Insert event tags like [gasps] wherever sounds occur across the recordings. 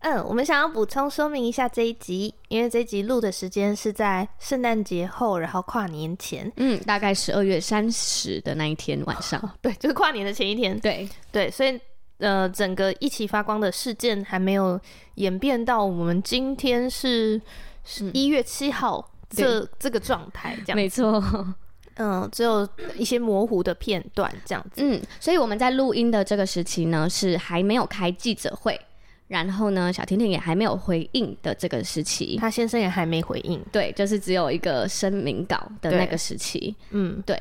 嗯，我们想要补充说明一下这一集，因为这一集录的时间是在圣诞节后，然后跨年前，嗯，大概十二月三十的那一天晚上，对，就是跨年的前一天， [laughs] 对，对，所以呃，整个一起发光的事件还没有演变到我们今天是嗯一月七号这、这个状态，这样，没错， [laughs] 嗯，只有一些模糊的片段这样子，嗯，所以我们在录音的这个时期呢，是还没有开记者会，然后呢，小甜甜也还没有回应的这个时期，他先生也还没回应，对，就是只有一个声明稿的那个时期，嗯，对，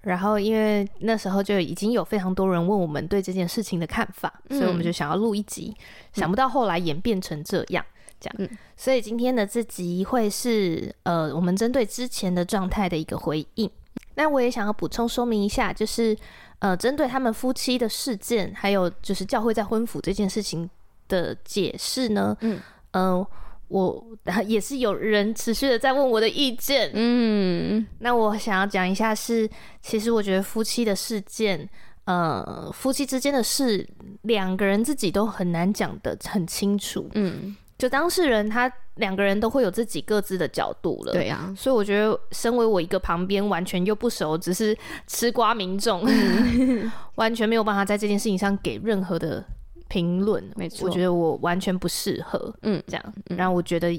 然后因为那时候就已经有非常多人问我们对这件事情的看法，嗯所以我们就想要录一集，想不到后来演变成这样。这样，嗯所以今天的这集会是呃，我们针对之前的状态的一个回应。那我也想要补充说明一下，就是呃，针对他们夫妻的事件，还有就是教会在婚服这件事情的解释呢，嗯嗯，呃，我 [laughs] 也是有人持续的在问我的意见，嗯，那我想要讲一下是，其实我觉得夫妻的事件，呃，夫妻之间的事，两个人自己都很难讲的很清楚。嗯，就当事人他两个人都会有自己各自的角度了。对。啊，所以我觉得，身为我一个旁边完全又不熟，只是吃瓜民众，嗯 [laughs] 完全没有办法在这件事情上给任何的评论。没错我觉得我完全不适合。嗯，这样。然后我觉得，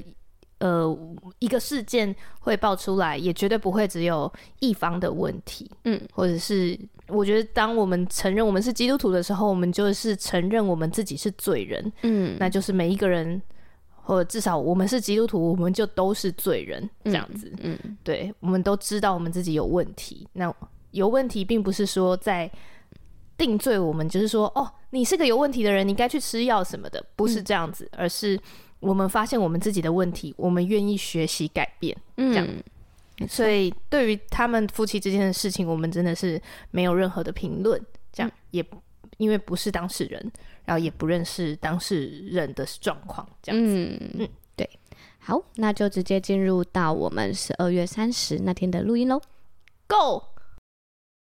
呃，一个事件会爆出来，也绝对不会只有一方的问题，嗯，或者是我觉得，当我们承认我们是基督徒的时候，我们就是承认我们自己是罪人，嗯，那就是每一个人。或者至少我们是基督徒，我们就都是罪人，这样子。嗯，对，我们都知道我们自己有问题。那有问题，并不是说在定罪我们，就是说哦，你是个有问题的人，你该去吃药什么的，不是这样子，而是我们发现我们自己的问题，我们愿意学习改变。这样嗯，所以对于他们夫妻之间的事情，我们真的是没有任何的评论，这嗯样、也因为不是当事人，然后也不认识当事人的状况，这样。嗯嗯对。好，那就直接进入到我们十二月三十那天的录音喽。 Go，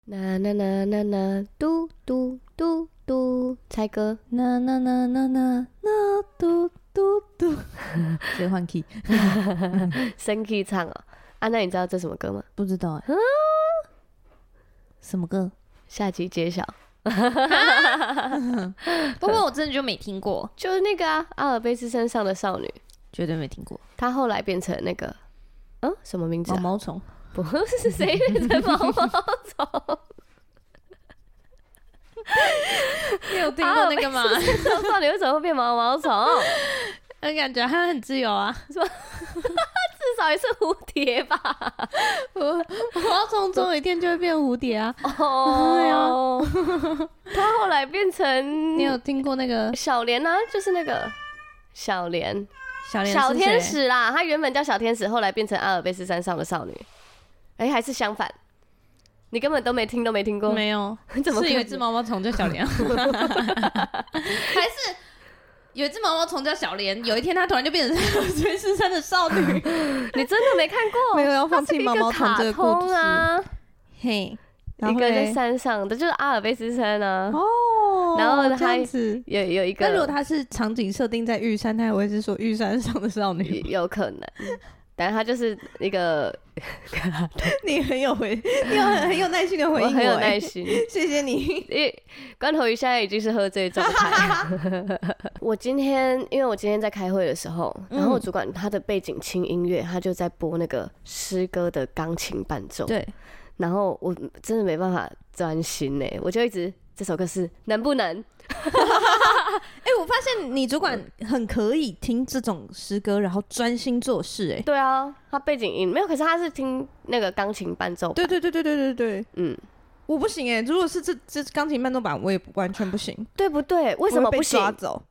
啦啦啦啦啦，嘟嘟嘟嘟，猜歌。那那那那那那嘟嘟嘟，直接换 key，生 key 唱哦。啊，那你知道这什么歌吗？不知道啊哎、什么歌？下集揭晓。不过我真的就没听过。就是那个啊，阿尔卑斯山上的少女，绝对没听过。她后来变成那个，嗯，什么名字、毛啊？毛虫，不是谁变成毛毛 [laughs] 虫？你有听过那啊个吗？那少女为什么会变毛毛虫？我感觉他很自由啊，至少也是蝴蝶吧？毛虫总有一天就会变蝴蝶啊。哦，她后来变成你有听过那个小莲啊，就是那个小莲小莲小是谁，天使啦，她原本叫小天使，后来变成阿尔卑斯山上的少女。哎、还是相反，你根本都没听都没听过，没有，怎么可是能有一只毛毛虫叫小莲，还是有一只毛毛虫叫小莲？有一天它突然就变成崔世山的少女，你真的没看 [laughs] 过？没有要放弃毛毛虫这它是个一个卡故通事。啊，嘿，然一后个在嘞山上的，就是阿尔卑斯山啊，哦，然后这它样子。有有一那如果个它是场景设定在玉山，它也会是说玉山上的少女。有可能，但它就是一个， [laughs] 你很有回，你很很有耐心的回我应很有欸耐心， [laughs] 谢谢你。因为关头鱼现在已经是喝醉状态。 [laughs] 我今天因为我今天在开会的时候，然后我主管他的背景轻音乐，他就在播那个诗歌的钢琴伴奏，对，然后我真的没办法专心呢、欸我就一直这首歌是难不难？哎、我发现你主管很可以听这种诗歌，然后专心做事、哎，对啊，他背景音没有，可是他是听那个钢琴伴奏，对对对对对对对，嗯，我不行哎、如果是这这钢琴伴奏版，我也不完全不行。对不对？为什么我会不被行抓？走？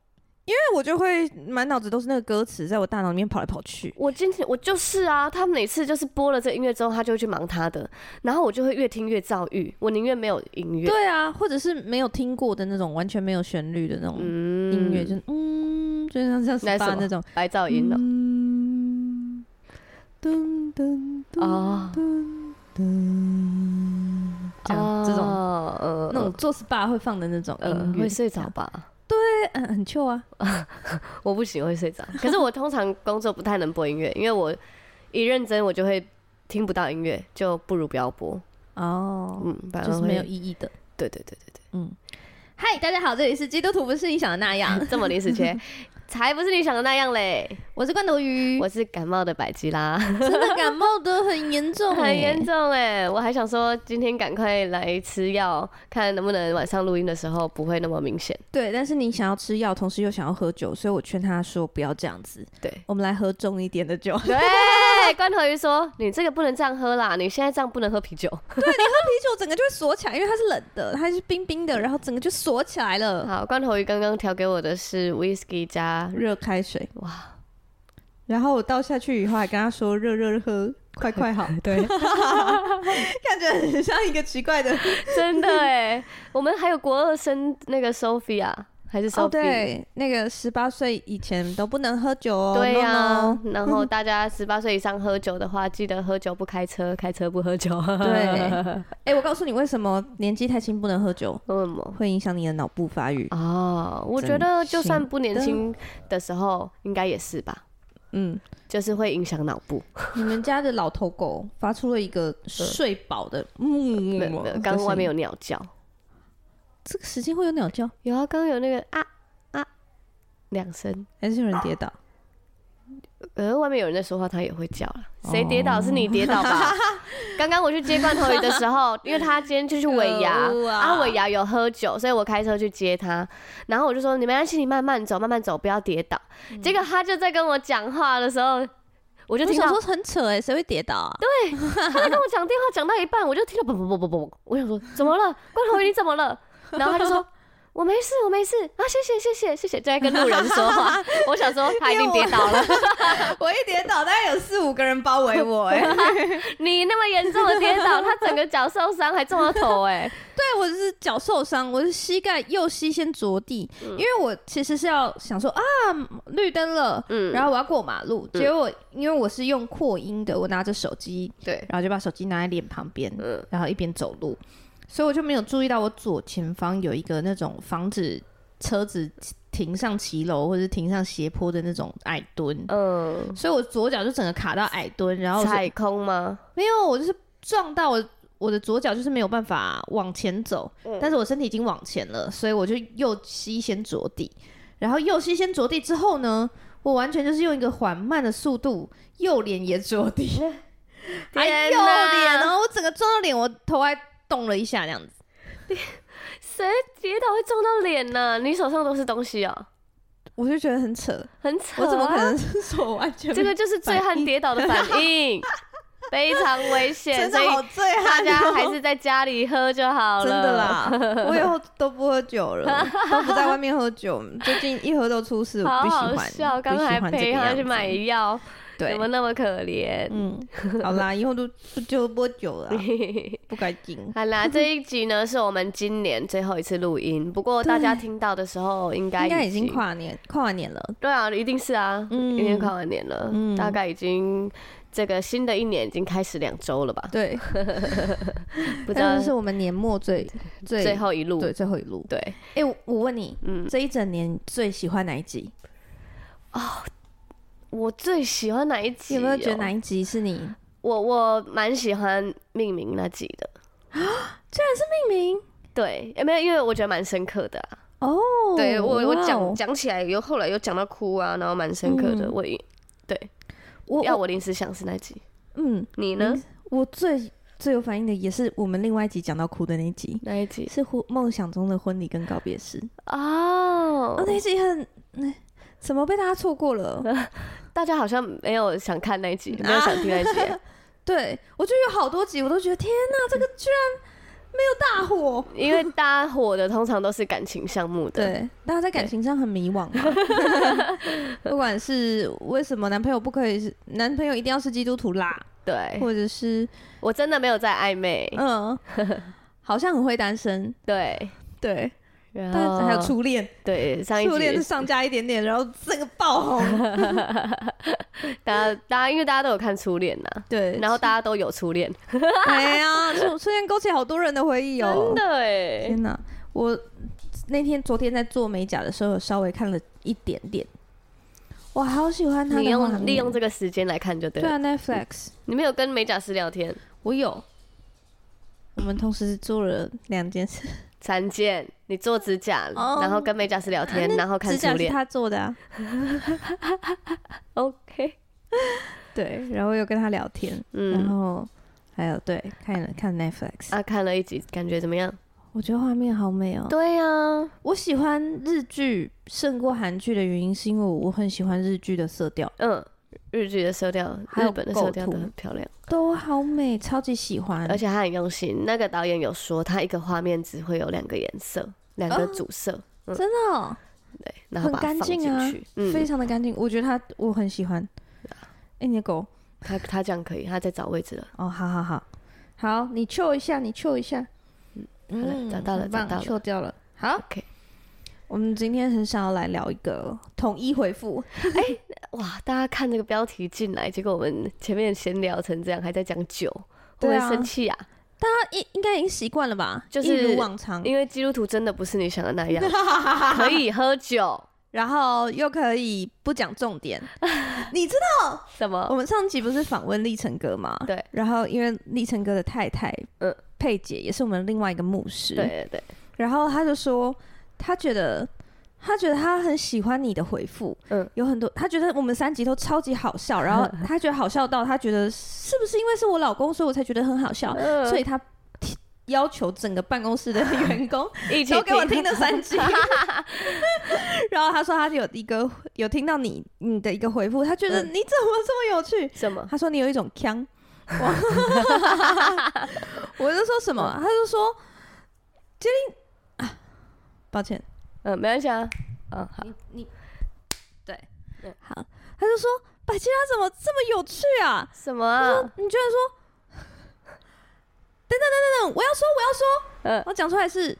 因为我就会满脑子都是那个歌词，在我大脑里面跑来跑去。我今天我就是啊，他每次就是播了这音乐之后，他就会去忙他的，然后我就会越听越躁郁，我宁愿没有音乐。对啊，或者是没有听过的那种，完全没有旋律的那种嗯音乐，就是嗯，就像像那是 SPA 什么那种，白噪音哦了。嗯，噔噔噔哦噔噔，这样这种哦呃那种做 SPA 会放的那种呃音乐，会睡着吧？对，嗯很 Q 啊，我不行，我会睡着。 [laughs] 可是我通常工作不太能播音乐，因为我一认真我就会听不到音乐，就不如不要播。哦，嗯，反就而是会没有意义的。对对对对对，嗨，大家好，这里是基督徒不是你想的那样，这么临时 [laughs] 切，才不是你想的那样嘞。我是罐头鱼，我是感冒的百吉拉，真的感冒的很严重、欸，很严重哎，我还想说今天赶快来吃药，看能不能晚上录音的时候不会那么明显。对，但是你想要吃药，同时又想要喝酒，所以我劝他说不要这样子，对我们来喝重一点的 [laughs] 酒。啤对，关头鱼说你这个不能这样喝啦，你现在这样不能喝啤酒。酒整个就会锁起来，因为它是冷的，它是冰冰的，然后整个就锁起来了。 [laughs] 好，关头鱼刚刚调给我的是 whisky 加 [laughs] 热开水，哇，然后我倒下去以后还跟他说热热喝，快快好。对， [laughs] 感觉很像一个奇怪的。真的哎，我们还有国二生那个 Sophia 还是 [laughs] Sophie，、哦，对，那个十八岁以前都不能喝酒哦。对呀、 no, no 然后大家十八岁以上喝酒的话，记得喝酒不开车， [laughs] 开车不喝酒。 [laughs] 对，哎、我告诉你为什么年纪太轻不能喝酒，为什么？会影响你的脑部发育。 [laughs] 哦，我觉真得就算心不年轻的时候，应该也是吧，嗯，就是会影响脑部。你们家的老头狗发出了一 [laughs] 个睡饱的木没有没有刚刚外面有鸟叫，这个时间会有鸟叫，有啊，刚刚有那个啊啊两声，还是有人跌倒？可是外面有人在说话，它也会叫了。谁跌倒是你跌倒吧？刚刚我去接罐头鱼的时候，因为他今天就去尾牙，可恶啊啊尾牙有喝酒，所以我开车去接他，然后我就说你没关系，你慢慢走，慢慢走，不要跌倒。结果他就在跟我讲话的时候，我就我听想到说很扯哎、谁会跌倒啊？对，他在跟我讲电话讲到一半，我就听到嘣嘣嘣嘣嘣，我想说怎么了，关头鱼你怎么了？然后他就说。我没事，我没事啊！谢谢，谢谢，谢谢，就在跟路人说话。我想说他一定跌倒了，我一跌倒，大概有四五个人包围我哎、你那么严重的跌倒，他整个脚受伤，还撞到头、哎， [laughs] 对，我是脚受伤，我是膝盖右膝先着地，因为我其实是要想说啊，绿灯了，嗯然后我要过马路，结果因为我是用扩音的，我拿着手机，对然后就把手机拿在脸旁边，嗯然后一边走路，所以我就没有注意到我左前方有一个那种防止车子停上骑楼或者是停上斜坡的那种矮墩，嗯，所以我左脚就整个卡到矮墩，然后是踩空吗？没有，我就是撞到我我的左脚，就是没有办法往前走，嗯但是我身体已经往前了，所以我就右膝先着地，然后右膝先着地之后呢，我完全就是用一个缓慢的速度，右 [laughs] 脸也着地，还天右哪脸，然哦后我整个撞到脸，我头还动了一下，这样子。谁跌倒会撞到脸呢、你手上都是东西哦、我就觉得很扯，很扯、啊我怎么可？能是 [laughs] 说完全这个就是醉汉跌倒的反应，非常危险，所以醉啊大家还是在家里喝就哦好了。真的，啦，我以 [laughs] 后都不喝酒了，都不在外面喝酒。最近一喝都出事，我好不喜好欢。笑，不刚刚喜还欢这陪个他样去子买药，对怎，么那么可怜？嗯，好啦，以后都不就不喝酒了啊，不该 [laughs] 进。好 [laughs] 啦，这一集呢是我们今年最后一次录音，不过大家听到的时候应该应该已经经跨年，跨完年了。对啊，一定是啊，嗯因为跨完年了，嗯大概已经这个新的一年已经开始两周了吧？对，不知道但是是我们年末最最最后一路，对最后一路。对，哎，我我问你，嗯，这一整年最喜欢哪一集？我最喜欢哪一集、哦有没有觉得哪？一集是你我我蛮喜欢命名那集的，命名？对，有没有？因为我觉得蛮深刻的、啊。哦，对我我哇讲哦讲起来，又后来又讲到哭啊，然后蛮深刻的。嗯我也对，我要我我临时想是那集，嗯，你呢？我最最有反应的也是我们另外一集讲到哭的那一集，那一集？是婚梦想中的婚礼跟告别式。哦，哦，那一集很，嗯怎么被大家错过 [laughs] 了？大家好像没有想看那一集，没有想听那一啊集。对我就有好多集，我都觉得天哪，这个居然没有大火。因为大家火的通常都是感情项目的，对，大家在感情上很迷惘嘛， [laughs] 不管是为什么男朋友不可以是男朋友一定要是基督徒啦，对，或者是我真的没有在暧昧，嗯，好像很会单身，对，对，然后但还有初恋，对哦上一初恋是集上加一点点，然后整个爆红， [laughs] 大家大家因为大家都有看初恋呐，对， [laughs] 然后大家都有初恋，哎呀，初初恋勾起好多人的回忆哦，真的哎，天哪，我那天昨天在做美甲的时候，有稍微看了一点点。我好喜欢他的你画面用利用这个时间来看就对对了。啊 Netflix，你没有跟美甲师聊天，我有。我们同时做了两件事，产检，你做指甲，哦然后跟美甲师聊天，然后看指初甲是恋。他做的、啊， [laughs] OK，对，然后又跟他聊天，然嗯，后还有对看了看 Netflix，、啊，看了一集，感觉怎么样？我觉得画面好美哦。对呀，我喜欢日剧胜过韩剧的原因，是因为我很喜欢日剧的色调，嗯，日剧的色调，还有日本的色调构图嗯都很漂亮，都好美，超级喜欢。而且他很用心。那个导演有说，他一个画面只会有两个颜色，两个主色，嗯，真的哦、对，然后把它很放干进净啊去。非嗯，啊常的干净，我觉得他我很喜欢。哎、你的狗他他这样可以，他在找位置了。哦，好好好，好，你 Q 一下，你 Q 一下，嗯嗯好了找到了很棒找到了，Q 掉了。好 OK 我们今天很想要来聊一个统一回复，哇，大家看这个标题进来，结果我们前面闲聊成这样，还在讲酒，会不对会啊生气啊？他应应该已经习惯了吧？就是一如往常，因为基督徒真的不是你想的 [laughs] 那样，可以喝酒，然后又可以不讲重点。你知什哦道我么？们上集不是访问立成哥吗？对。然后因为立成哥的太太，嗯呃，佩姐也是我们另外一个牧师，对。对对，然后他就说，他觉得他觉得他很喜欢你的回复，嗯嗯，有很多他觉得我们三集都超级好笑，然后他觉得好笑到他觉得是不是因为是我老公，所以我才觉得很好笑，嗯所以他提要求整个办公室的员工一起都给我听这三集。然后他说他有一个有听到你你的一个回复，他觉得嗯你怎么这么有趣？什么？他说你有一种腔，我 [laughs] 我就说什么？他就说杰林啊，抱歉，嗯，没关系啊。嗯，好，好，他就说百吉拉怎么这么有趣啊？什么啊？你居然说，等等等等等，我要说我要说， [laughs] 嗯，我讲出来是。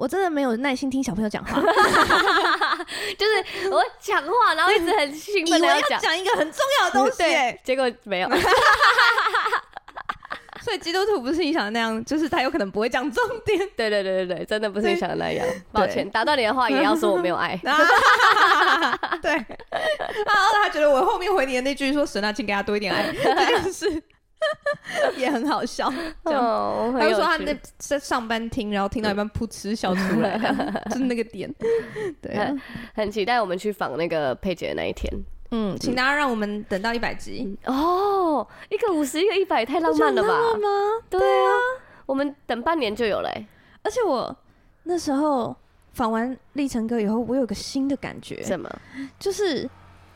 我真的没有耐心听小朋友讲话，就是我讲话，然后一直很兴以奋为的要讲，讲一个很重要的东西、 [laughs] 对欸，，结果没有。所以基督徒不是你想的那样，就是他有可能不会讲重点。。[laughs] 对对对对对，真的不是你想的那样。抱歉，打断你的话，也要说我没有爱 [laughs] 啊， [laughs] 对， [laughs] 然后他觉得我后面回你的那句说“神啊，请给他多一点 [laughs] 爱”，这件事也很好笑。这样，哦，他很就有说他趣那在上班听，然后听到一半噗嗤笑出 [laughs] 来，这样就是那个点。对啊，很期待我们去访那个佩姐的那一天。嗯，请大家让我们等到一百集，哦，一个五十，一个一百，太浪漫了我觉得很浪漫吧？吗？对啊，我们等半年就有了欸。而且我那时候访完立成哥以后，我有个新的感觉，什么？就是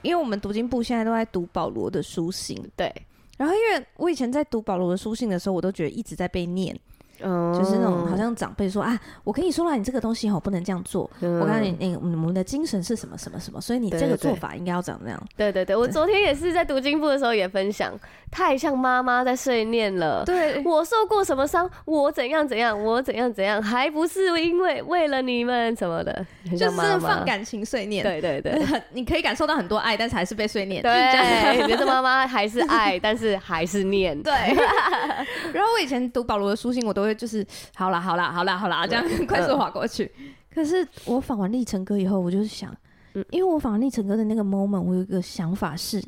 因为我们读经部现在都在读保罗的书信，对，然后因为我以前在读保罗的书信的时候，我都觉得一直在被念，哦就是那种好像长辈说啊，我跟你说了，你这个东西哦不能这样做。我告诉你，，嗯那个我们的精神是什么什么什么，所以你嗯对这个对对做法应该要长那样。对对对，我昨天也是在读经部的时候也分享，太像妈妈在碎念了。 [laughs] 对，我受过什么伤？我怎样怎样？我怎样怎样？还不是因为为了你们什么的，很就像是妈妈放。感情碎念，对对对 [laughs] 你可以感受到很多爱，但是还是被碎念。 [laughs] 对，觉得妈妈还是爱，但是还是念。对。 [laughs] 然后我以前读保罗的书信，我都会就是好啦好啦好啦好啦，这样 [laughs] 快速划过去。可是我访完立成哥以后，我就是想嗯，因为我访完立成哥的那个 moment，我有一个想法是：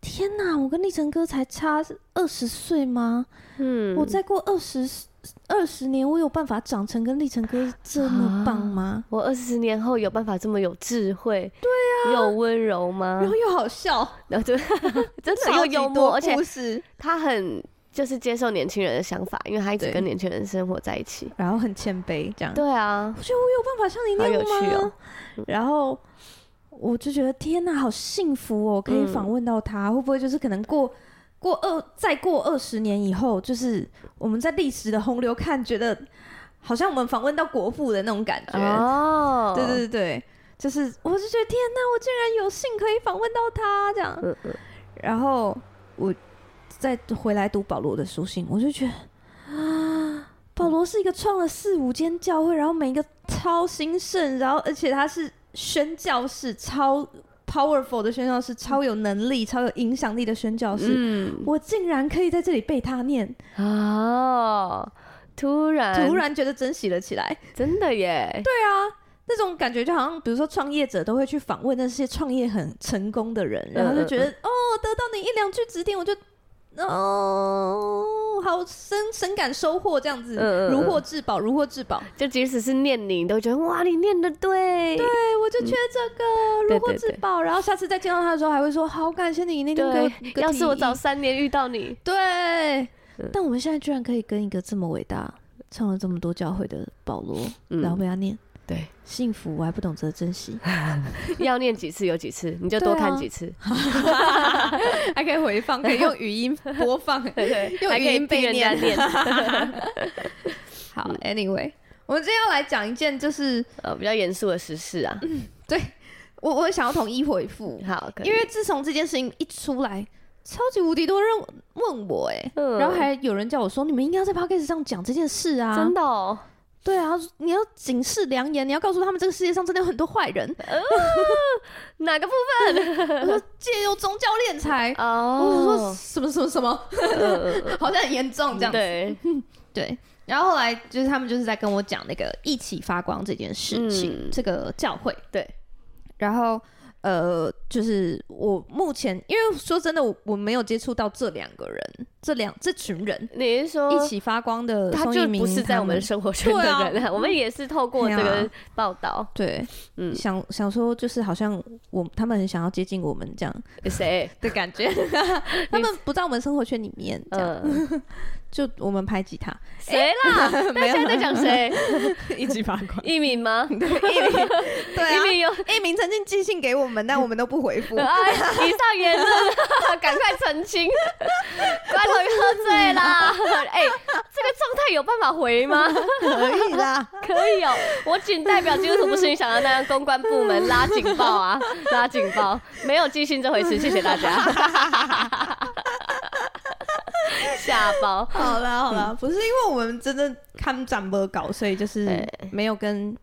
天哪，我跟立成哥才差二十岁吗？嗯我再过二十二十年，我有办法长成跟立成哥这么棒吗？我二十年后有办法这么有智慧？对啊，有温柔吗然？后又好笑，然后就真的超又级幽默，多而且故事他很就是接受年轻人的想法，因为他一直对跟年轻人生活在一起。然后很谦卑这样。对啊我，觉得我有办法像你那好有趣样吗哦？然后我就觉得天哪，好幸福哦！可嗯以访问到他，会不会就是可能过过二再过二十年以后，就是我们在历史的洪流看，觉得好像我们访问到国父的那种感觉。哦，对对对对，就是我就觉得天哪，我竟然有幸可以访问到他这样。嗯嗯然后我再回来读保罗的书信，我就觉得啊，保罗是一个创了四五间教会，然后每一个超兴盛，然后而且他是宣教士，超 powerful 的宣教士，超有能力、超有影响力的宣教士。嗯我竟然可以在这里被他念，哦，突然，突，然觉得珍惜了起来。真的耶，对啊，那种感觉就好像，比如说创业者都会去访问那些创业很成功的人，然嗯后就觉得、哦，得到你一两句指点，我就哦，好深深感收获，这样子、嗯嗯嗯如获至宝，如获至宝。就即使是念你，你都觉得哇，你念的对，对，对，我就缺这个，嗯如获至宝。然后下次再见到他的时候，还会说好感谢你那天给我一个要是我提议早嗯三年遇到 [laughs] 你，对，但我们现在居然可以跟一个这么伟大、唱了这么多教会的保罗，嗯然后被他念对，幸福，我还不懂得珍惜，要念几次有几次，你就多对啊看几 [laughs] 次， [laughs] 还可以回放，可以用语音播放。对 [laughs] 对，用还可以语音逼被人家 [laughs] 念，嗯好，Anyway，我们今天要来讲一件，就是呃，比较严肃的时事啊，我我想要统一回复，好，可以因为自从这件事情一出来，超级无敌多人问我、哎、嗯然后还有人叫我说，你们应该要在 podcast 上讲这件事啊，真的哦，对啊，你要警示良言，你要告诉他们这个世界上真的有很多坏人，哪个部我说借由宗教敛财。分？我哦，说什么什么什么，嗯好像很严重这样子。对，对，然后后来就是他们就是在跟我讲那个一起发光这件事情，嗯这个教会。对，然后呃，就是我目前因为说真的，我我没有接触到这两个人，这两这群人你是说一起发光的他宋就一鸣不是在我们他的生活圈的对啊人啊，我们也是透过这对个啊报道，对，嗯想想说就是好像我他们很想要接近我们这样谁？的感觉，他们不在我们生活圈里面，这样、嗯，就我们排挤 [laughs] 他，谁啦？大家现在在讲 [laughs] 谁？一起发光。 [laughs] 一敏吗？对一 [laughs] 啊，敏有。一鸣曾经寄信给我们，但我们都不回复 [laughs] 哎，以上言论， [laughs] 赶快澄 [laughs] 清，乖头喝醉啦！ [laughs] 哎，这个状态有办法回 [laughs] 吗？可以啦，可以哦，我仅代表基督徒不是你想的那样，公关部门拉警报 [laughs] 啊，拉警报，没有寄信这回事，谢谢大 [laughs] 家。下包，好啦嗯好啦，不是因为我们真的看展播稿，所以就是没有跟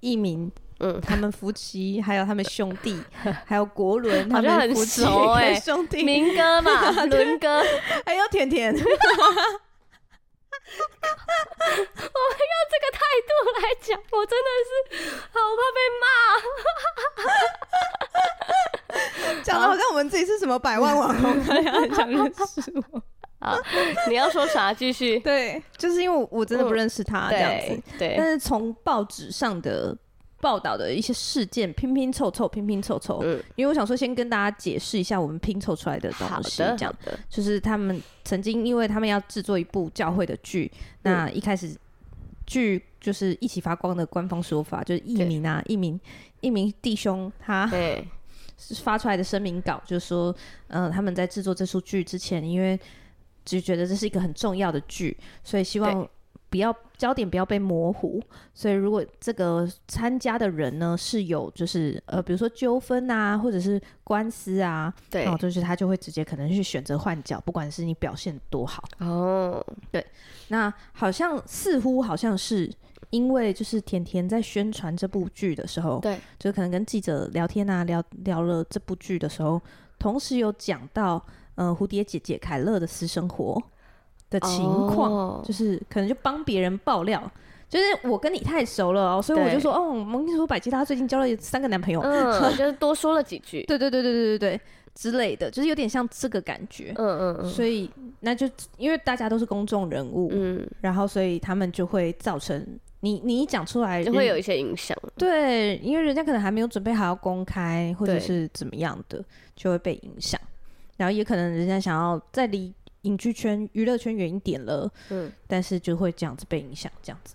一鸣。嗯他们夫妻，还有他们兄 [laughs] 弟，还有国伦，他好像们夫很妻熟跟欸兄弟，民歌 [laughs] 嘛，伦歌，还有甜甜， [laughs] 我们用这个态度来讲，我真的是好怕讲的好像我们自己是什么百万网 [laughs] 红一样，很想认识哦我。被骂。好，你要说啥？继续。对，就是因为我我真的不认识他这样子，对对但，是从报纸上的报道的一些事件拼拼凑凑，拼拼凑凑，嗯因为我想说先跟大家解释一下我们拼凑出来的东好西，的，这好样的，就是他们曾经因为他们要制作一部教会的剧，那一开始据就是一起发光的官方说法，就是一鸣啊，一鸣一鸣弟兄他 [laughs] 对，发出来的声明稿，就说，呃，他们在制作这出剧之前，因为只觉得这是一个很重要的剧，所以希望不要焦点不要被模糊。所以如果这个参加的人呢是有就是呃，比如说纠纷啊，或者是官司啊，对然后就是他就会直接可能去选择换角，不管是你表现多好。哦，那好像似乎好像是因为就是甜甜在宣传这部剧的时候，对，就可能跟记者聊天啊，聊聊了这部剧的时候，同时有讲到呃蝴蝶姐姐凯乐的私生活的情况，哦就是可能就帮别人爆料。就是我跟你太熟了哦，所以我对就说，哦，我跟你说，百吉她最近交了三个男朋友，嗯，就是多说了几句，对对对对对对对之类的，就是有点像这个感觉。嗯嗯嗯所以那就因为大家都是公众人物，嗯，然后所以他们就会造成你你一讲出来就会人有一些影响，对，因为人家可能还没有准备好要公开或者对是怎么样的，就会被影响，然后也可能人家想要再离影剧圈、娱乐圈远一点了，嗯，但是就会这样子被影响，这样子，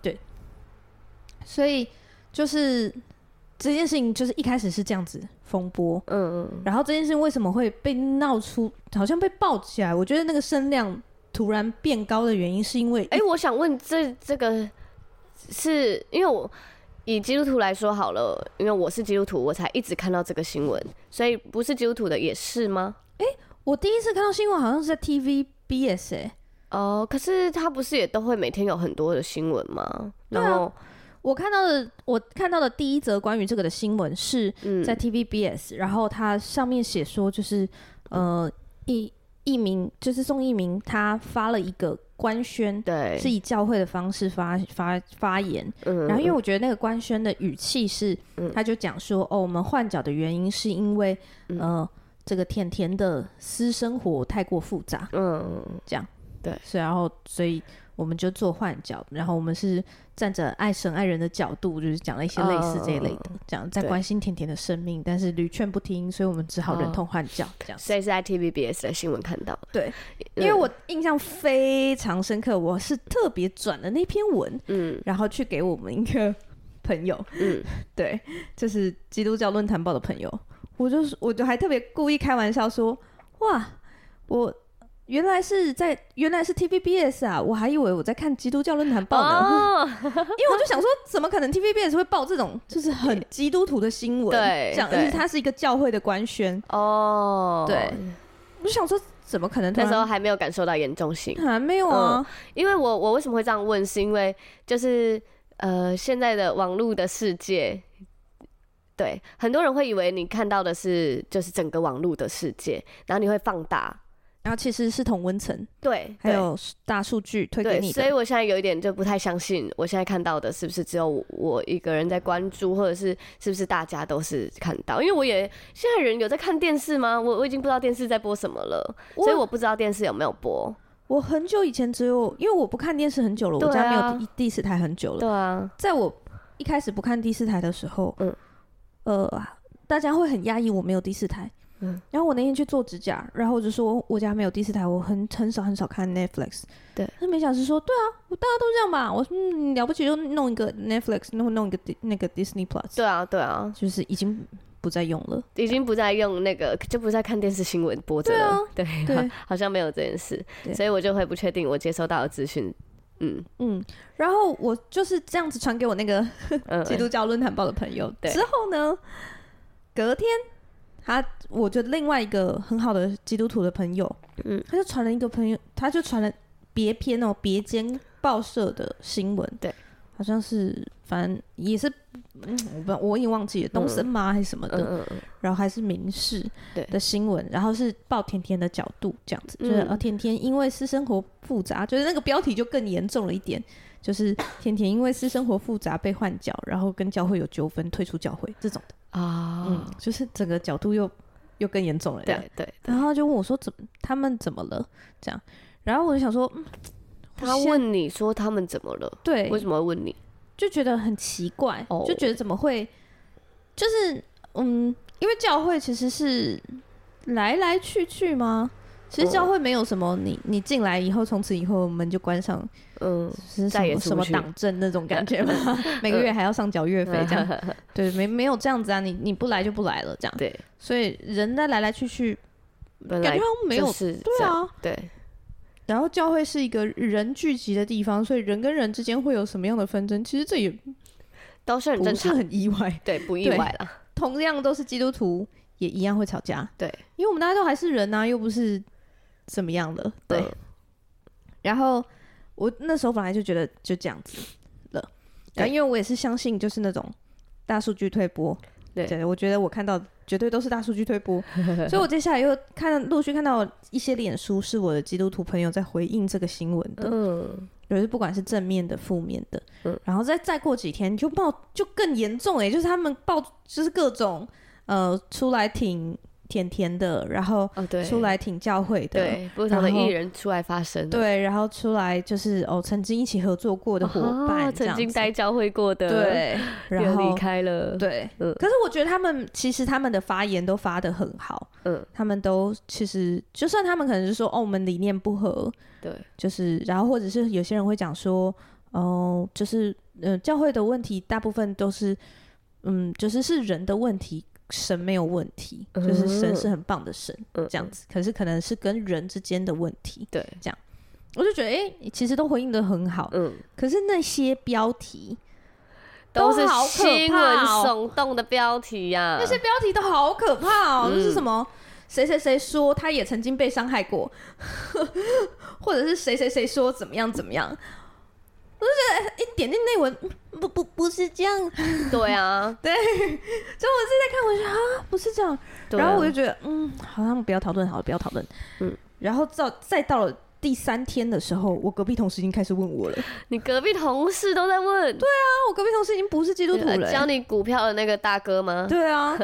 对，所以就是这件事情就是一开始是这样子风波，嗯嗯，然后这件事为什么会被闹出，好像被爆起来？我觉得那个声量突然变高的原因，是因为哎、我想问这这个是因为我以基督徒来说好了，因为我是基督徒，我才一直看到这个新闻，所以不是基督徒的也是吗？我第一次看到新闻，好像是在 TVBS 哎、哦，可是他不是也都会每天有很多的新闻吗？然后，我看到的，我看到的第一则关于这个的新闻是嗯，在 TVBS，、然后它上面写说就是呃一一鸣就是宋一鸣，他发了一个官宣，对，是以教会的方式发发发言。嗯然后因为我觉得那个官宣的语气是，嗯他就讲说，哦，我们换脚的原因是因为，嗯呃，这个甜甜的私生活太过复杂，嗯所以然后所以我们就做换脚，然后我们是站着爱神爱人的角度，就是讲了一些类似这一类的，这样在嗯对关心甜甜的生命，但是屡劝不听，所以我们只好忍哦痛换脚，这样。所以是在 TVBS 的新闻看到的，对，嗯因为我印象非常深刻，我是特别转了那篇文，嗯然后去给我们一个朋友，嗯，对，就是基督教论坛报的朋友，我就我就还特别故意开玩笑说，哇，我原来是在原来是 TVBS 啊，我还以为我在看基督教论坛报呢，因哦，为我就想说，怎么可能 TVBS 会报这种就是很基督徒的新闻？对这样，对而且它是一个教会的官宣， [laughs] 哦，对，我就想说，怎么可能突那然？时嗯候还没有感受到严重性，还没有啊。因为我我为什么会这样问，是因为就是呃，现在的网络的世界，对很多人会以为你看到的是就是整个网络的世界，然后你会放大，然后其实是同温层，对，还对有大数据推给对，你所以的。我现在有一点就不太相信，我现在看到的是不是只有我我一个人在关注，或者是是不是大家都是看到？因为我也现在人有在看电视吗？我我已经不知道电视在播什么了，所以我不知道电视有没有播。我很久以前只有，因为我不看电视很久了，对啊我家没有第第四台很久了。对啊，在我一开始不看第四台的时候，嗯呃，大家会很压抑我没有第四台。嗯然后我那天去做指甲，然后我就说我家没有第四台，我很很少很少看 Netflix。对，那美甲师说，对啊，我大家都这样吧，我说嗯了不起就弄一个 Netflix，弄弄一个 Di- 那个 Disney Plus，对啊，对啊，就是已经不再用了。已经不再用那个，就不再看电视新闻播着了。对、对好像没有这件事，对所以我就会不确定我接收到的资讯。嗯嗯，然后我就是这样子传给我那个嗯，基督教论坛报的朋友。对之后呢，隔天他，我就另外一个很好的基督徒的朋友，嗯，他就传了一个朋友，他就传了别篇哦，别间报社的新闻，对，好像是反正也是，嗯，我不我已经忘记了，东森吗还是什么的，嗯嗯嗯，然后还是民事对的新闻，然后是报甜甜的角度这样子，就是嗯呃甜甜因为私生活复杂，就是那个标题就更严重了一点，就是甜甜因为私生活复杂被换角，然后跟教会有纠纷退出教会这种的，啊、嗯，就是整个角度又又更严重了，这样对对，然后他就问我说怎么他们怎么了这样，然后我就想说，嗯，他现问你说他们怎么了，对为，什么会问你？就觉得很奇怪，哦就觉得怎么会，就是嗯，因为教会其实是来来去去吗？其嗯实教会没有什么你，你进来以后，从此以后门就关上，嗯，是什再也么出什么不去嗯党证那种感觉 [laughs] 吗？每个月还要上缴月费这样？对，没没有这样子啊，你你不来就不来了这样。对，所以人在来来去去，本感来觉好像没就有是这对样，啊。对，然后教会是一个人聚集的地方，所以人跟人之间会有什么样的纷争，其实这也都是很不正是常，很意外。对，不意对外啦，同样都是基督徒，也一样会吵架。对，因为我们大家都还是人呐、又不是怎么样的。对，嗯然后我那时候本来就觉得就这样子了，然后因为我也是相信就是那种大数据推波。对我觉得我看到绝对都是大数据推波， [laughs] 所以我接下来又看陆续看到一些脸书是我的基督徒朋友在回应这个新闻的，嗯，就是不管是正面的、负面的，嗯然后再再过几天就报就更严重哎、就是他们报就是各种呃出来挺甜甜的，然后哦，对，出来挺教会的，对不同的然后艺人出来发声的，对然后出来就是哦曾经一起合作过的伙伴，啊这曾样经子待教会过的，，对，然后离开了，，对，嗯可是我觉得他们其实他们的发言都发的很好，嗯，他们都其实就算他们可能是说哦我们理念不合，对，就是然后或者是有些人会讲说，哦、就是呃教会的问题大部分都是嗯就是是人的问题，神没有问题，就是神嗯是很棒的神、嗯这样子，可是可能是跟人之间的问题，对，我就觉得哎、诶其实都回应的很好，嗯，可是那些标题都都是好可新闻怕哦耸动的标题呀，那些标题都好可怕哦，嗯就是什么谁谁谁说他也曾经被伤害过， [laughs] 或者是谁谁谁说怎么样怎么样，我就觉得哎一点进内文嗯不不不是这样，就我自己对啊，在看我就觉得啊不是这样，[laughs] 对然后啊我就觉得嗯，好，他们不要讨论好了，不要讨论，嗯然后到再到了第三天的时候，我隔壁同事已经开始问我了。你隔壁同事都在问，对，那啊我隔壁同事已经不是基督徒了、教欸。你股票的那个大哥吗？对 [laughs] 啊，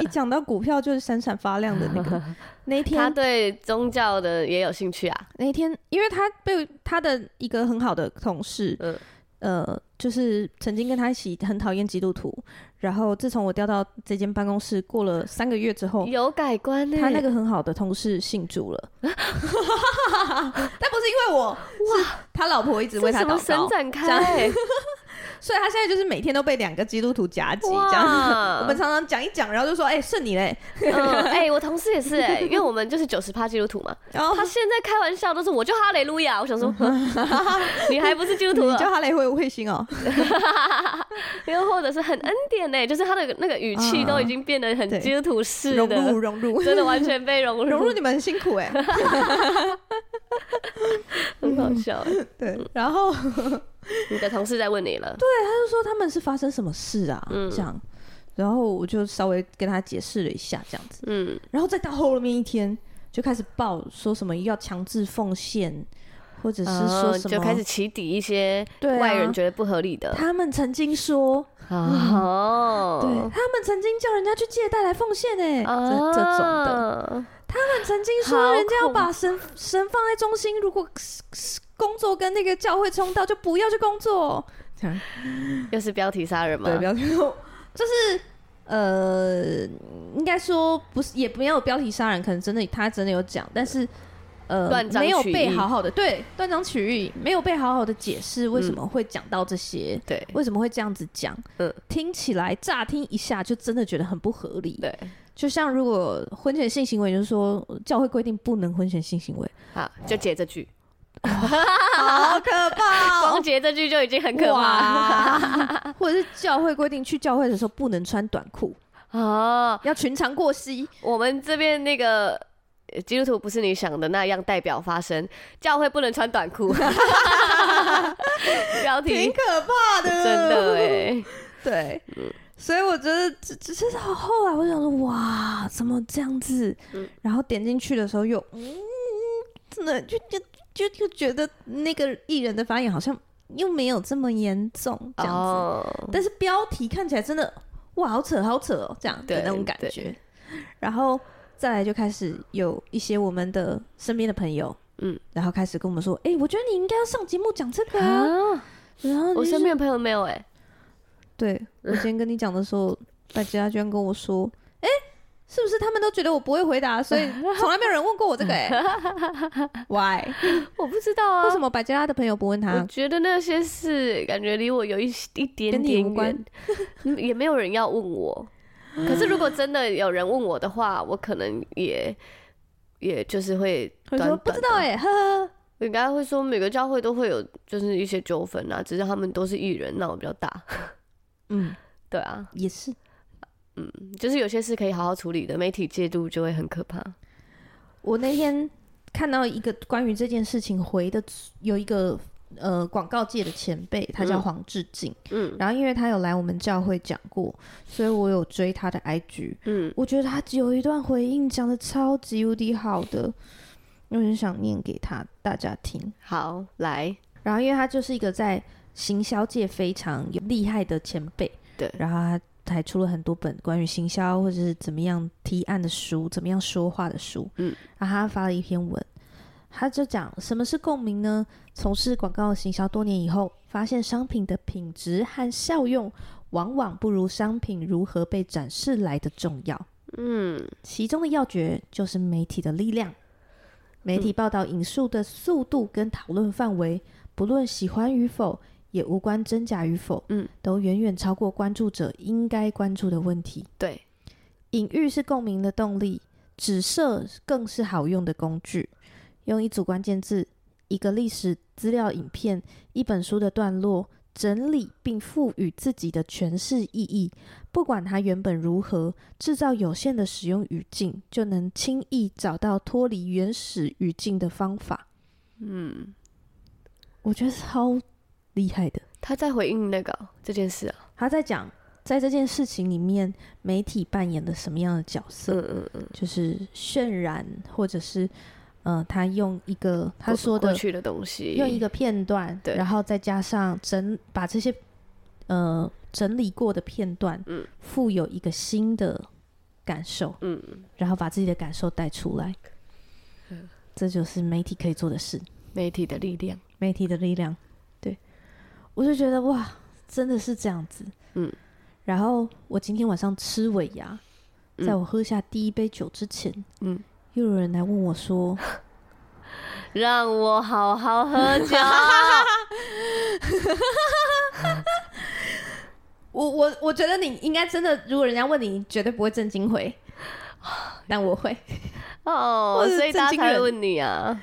一讲到股票就是闪闪发亮的那 [laughs] 个。那一他天，对宗教的也有兴趣啊，那一天，因为他被他的一个很好的同事，嗯呃，就是曾经跟他一起很讨厌基督徒，然后自从我调到这间办公室过了三个月之后，有改观欸呢、哦他那个很好的同事信主了， [laughs] 但不是因为我，是他老婆一直为这他祷什么神告，展开？ [laughs] 所以他现在就是每天都被两个基督徒夹击这样。哇！我们常常讲一讲，然后就说：“哎、顺你嘞。嗯，哎、我同事也 [laughs] 是哎、因为我们就是九十趴基督徒嘛，”然后他现在开玩笑都是我就哈雷路亚，我想说，呵 [laughs] 你还不是基督徒哦你了叫，他来回会心哦，又或者是很恩典呢、就是他的那个语气都已经变得很啊对基督徒式融入的，融入真的完全被融入，融入，你们很辛苦 [laughs] 哎、很嗯好笑欸、 [laughs] 对，然后他你的同事在问你了，就说他们是发生什么事啊？嗯这样，然后我就稍微跟他解释了一下这样子，嗯，然后再到后面一天就开始报说什么要强制奉献，或者是说哦什么、就开始起底一些对啊外人觉得不合理的，他们曾经说，哦，对他们曾经叫人家去借贷来奉献哎、这啊这种的，哦他们曾经好说人家要恐把神神放在中心，如果是是工作跟那个教会冲到，就不要去工作。这样又是标题杀人吗对，？不要去工，就是呃，应该说不是，也没有标题杀人，可能真的他真的有讲，但是。呃断，章没有取被义好好的对断章取义，没有被好好的解释为什么会讲到这些，对为什么会这样子讲？嗯听起来乍听一下就真的觉得很不合理。对，就像如果婚前性行为，就是说教会规定不能婚前性行为，好，就解这句，好可怕光哦！解这句就已经很可怕了。 [laughs] 哇 [laughs] 或者是教会规定去教会的时候不能穿短裤，哦，要裙长过膝。我们这边那个呃基督徒不是你想的那样代表发声，教会不能穿短裤。 [laughs] 标挺题可怕的，真的哎，对，所以我觉得这这这是后来我想说，哇，怎么这样子？嗯然后点进去的时候又，嗯，真的就就就就觉得那个艺人的发言好像又没有这么严重这样子，哦，但是标题看起来真的哇，好扯好扯哦，这样的对那种感觉。然后再来就开始有一些我们的身边的朋友。嗯嗯，然后开始跟我们说，哎、我觉得你应该要上节目讲这个啊。啊，然后我就是身边的朋友没有哎，对我今天跟你讲的时候，大家居然跟我说，哎、是不是他们都觉得我不会回答，所 [laughs] 以从来没有人问过我这个、 [laughs] 哎，Why？我不知道为啊什。么啊百家拉的朋友不问我他？觉得那些事感觉离我有一一点跟你点无关远，嗯 [laughs] 也没有人要问我。可是如果真的有人问我的话，我可能也也就是会我短说短不知道的哎、呵呵，应该会说每个教会都会有就是一些纠纷啊，只是他们都是艺人，闹得比较大。嗯， [laughs] 对啊，也是。嗯，就是有些事可以好好处理的，媒体介入就会很可怕。我那天看到一个关于这件事情回的，有一个呃广告界的前辈，他叫嗯黄志敬，嗯然后因为他有来我们教会讲过，所以我有追他的 IG，嗯，我觉得他有一段回应讲的超级无敌好的，我很想念给他大家听。好，来，然后，因为他就是一个在行销界非常有厉害的前辈，对然后他还出了很多本关于行销或者是怎么样提案的书，怎么样说话的书。嗯，然后他发了一篇文，他就讲什么是共鸣呢？从事广告行销多年以后，发现商品的品质和效用往往不如商品如何被展示来的重要。嗯其中的要诀就是媒体的力量。媒嗯体报道引述的速度跟讨论范围，不论喜欢与否，也无关真假与否，嗯，都远远超过关注者应该关注的问题。对，隐喻是共鸣的动力，指涉更是好用的工具。用一组关键字、一个历史资料影片、一本书的段落，整理并赋予自己的诠释意义，不管它原本如何，制造有限的使用语境，就能轻易找到脱离原始语境的方法。嗯，我觉得超厉害的。他在回应那个哦这件事啊，他在讲，在这件事情里面，媒体扮演了什么样的角色？嗯嗯嗯，就是渲染，或者是呃，他用一个他过说过的去的东西，用一个片段，对然后再加上整把这些呃整理过的片段，嗯附有一个新的感受，嗯，嗯然后把自己的感受带出来，这就是媒体可以做的事，媒体的力量，媒体的力量。对，我就觉得哇，真的是这样子，嗯。然后我今天晚上吃尾牙，嗯在我喝下第一杯酒之前，嗯，又有人来问我说，让我好好喝 [laughs] 酒。 [laughs] 我我我觉得你应该真的，如果人家问你，你绝对不会正经 [laughs] 回，但我会。哦或，者所以震大家惊才会人问你 [laughs] 啊。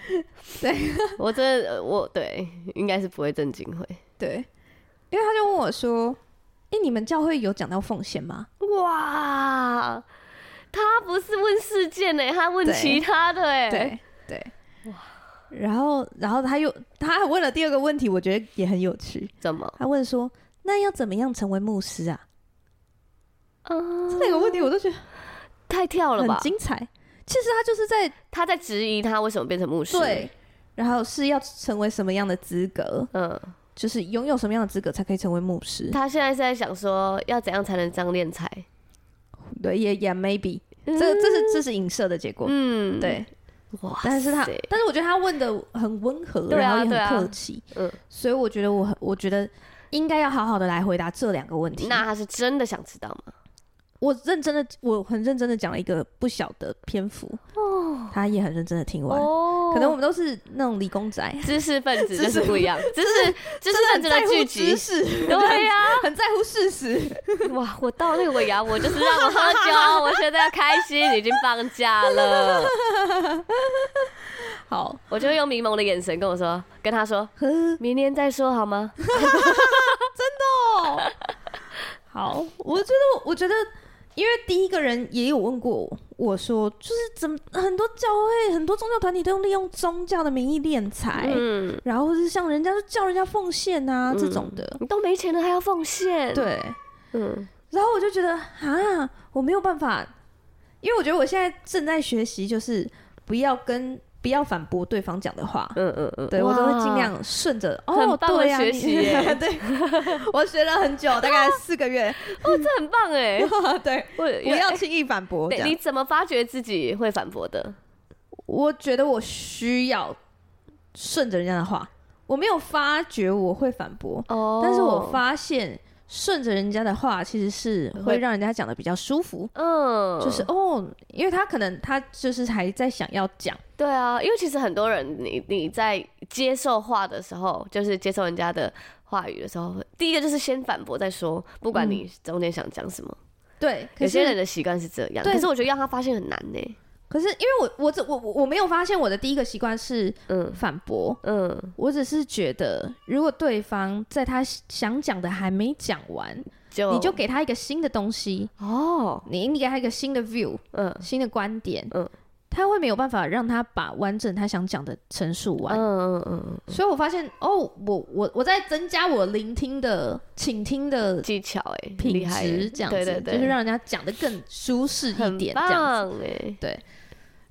对我真的，呃我对，应该是不会正经会。对，因为他就问我说，哎，你们教会有讲到奉献吗？哇，他不是问事件呢、他问对其他的哎、对对，然后，然后他又他还问了第二个问题，我觉得也很有趣。怎么？他问说：“那要怎么样成为牧师啊啊、？”这两个问题我都觉得太跳了很吧？精彩。其实他就是在他在质疑他为什么变成牧师。对，，然后是要成为什么样的资格，嗯，就是拥有什么样的资格才可以成为牧师。他现在是在想说，要怎样才能这样敛财？对，也也 maybe 这个这是这是影射的结果。嗯，，对，哇塞，但是他但是我觉得他问的很温和，对啊然后也对很啊客气，嗯所以我觉得我很我觉得应该要好好的来回答这两个问题。那他是真的想知道吗？我认真的，我很认真的讲了一个不小的篇幅，哦，他也很认真的听完。哦可能我们都是那种理工 [laughs] 宅，知识分子知识就是不一样，知 [laughs] 识知识分子在的乎知聚集。 [laughs] 识，[laughs] 对呀、很在乎事实。哇！我到那个尾牙，我就是让我喝酒，我现在开心，已经放假了。好，我就用迷蒙的眼神跟我说，跟他说，明天再说好吗？哦，好，我觉得，我觉得，因为第一个人也有问过我，我说就是怎么很多教会、很多宗教团体都用利用宗教的名义敛财，嗯，然后是像人家就叫人家奉献啊、这种的，你都没钱了还要奉献？，对。嗯，然后我就觉得啊，我没有办法，因为我觉得我现在正在学习，就是不要跟不要反驳对方讲的话。嗯嗯嗯，对我都会尽哇量顺着哦很，棒的对呀、学你 [laughs] 习耶对，我学了很久，大概四个月，这很棒哎、 [laughs] 对，我不要轻易反驳。这对，样你怎么发觉自己会反驳的？我觉得我需要顺着人家的话，我没有发觉我会反驳，哦但是我，发现顺着人家的话其实是会会让人家讲的比较舒服。嗯，就是哦，因为他可能他就是还在想要讲，对啊，因为其实很多人你，你在接受话的时候，就是接受人家的话语的时候，第一个就是先反驳再说，不管你中间想讲什么。对，嗯可有些是人的习惯是这样，对可是我觉得让他发现很难呢、可是因为我我这我我我没有发现我的第一个习惯是嗯反驳，嗯，我只是觉得如果对方在他想讲的还没讲完，就你就给他一个新的东西，哦，你你给他一个新的 view，嗯新的观点，嗯他会没有办法让他把完整他想讲的陈述完，嗯嗯嗯所以我发现哦，我我我在增加我聆听的倾听的嗯，技巧哎、品厉害欸质这样子，对对对，就是让人家讲的更舒适一很点这样子。棒哎、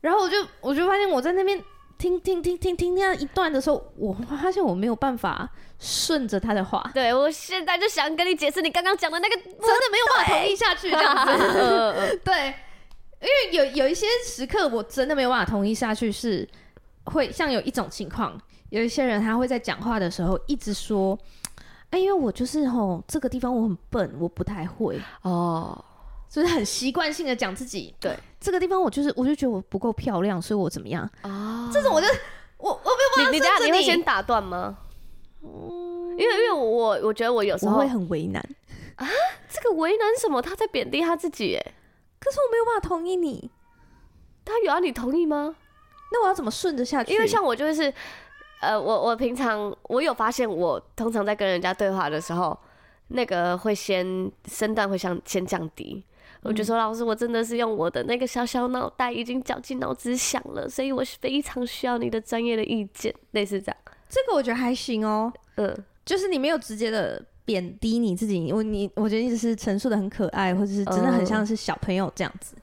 然后我就我就发现我在那边听听听听听那一段的时候，我发现我没有办法顺着他的话，对我现在就想跟你解释你刚刚讲的那个，真的没有哎办法同意下去这样子。 [laughs] 嗯嗯对，因为有有一些时刻我真的没有办法同意下去，是会像有一种情况，有一些人他会在讲话的时候一直说。哎，因为我就是吼，这个地方我很笨，我不太会，哦，就是很习惯性的讲自己。对，这个地方我就是，我就觉得我不够漂亮，所以我怎么样？哦，这种我就我我没你有办法你等下顺你着会你，先打断吗？因嗯为因为我我觉得我有时我候会很为难。这个为难什么，他在贬低他自己哎，可是我没有办法同意你，他有啊要你同意吗？那我要怎么顺着下去？因为像我就是，呃，我我平常我有发现，我通常在跟人家对话的时候，那个会先声段会像先降低。我就说老师，我真的是用我的那个小小脑袋已经绞尽脑汁想了，所以我是非常需要你的专业的意见，类似这样。这个，我觉得还行哦。嗯，就是你没有直接的贬低你自己，我你我觉得你只是陈述的很可爱，或者是真的很像是小朋友这样子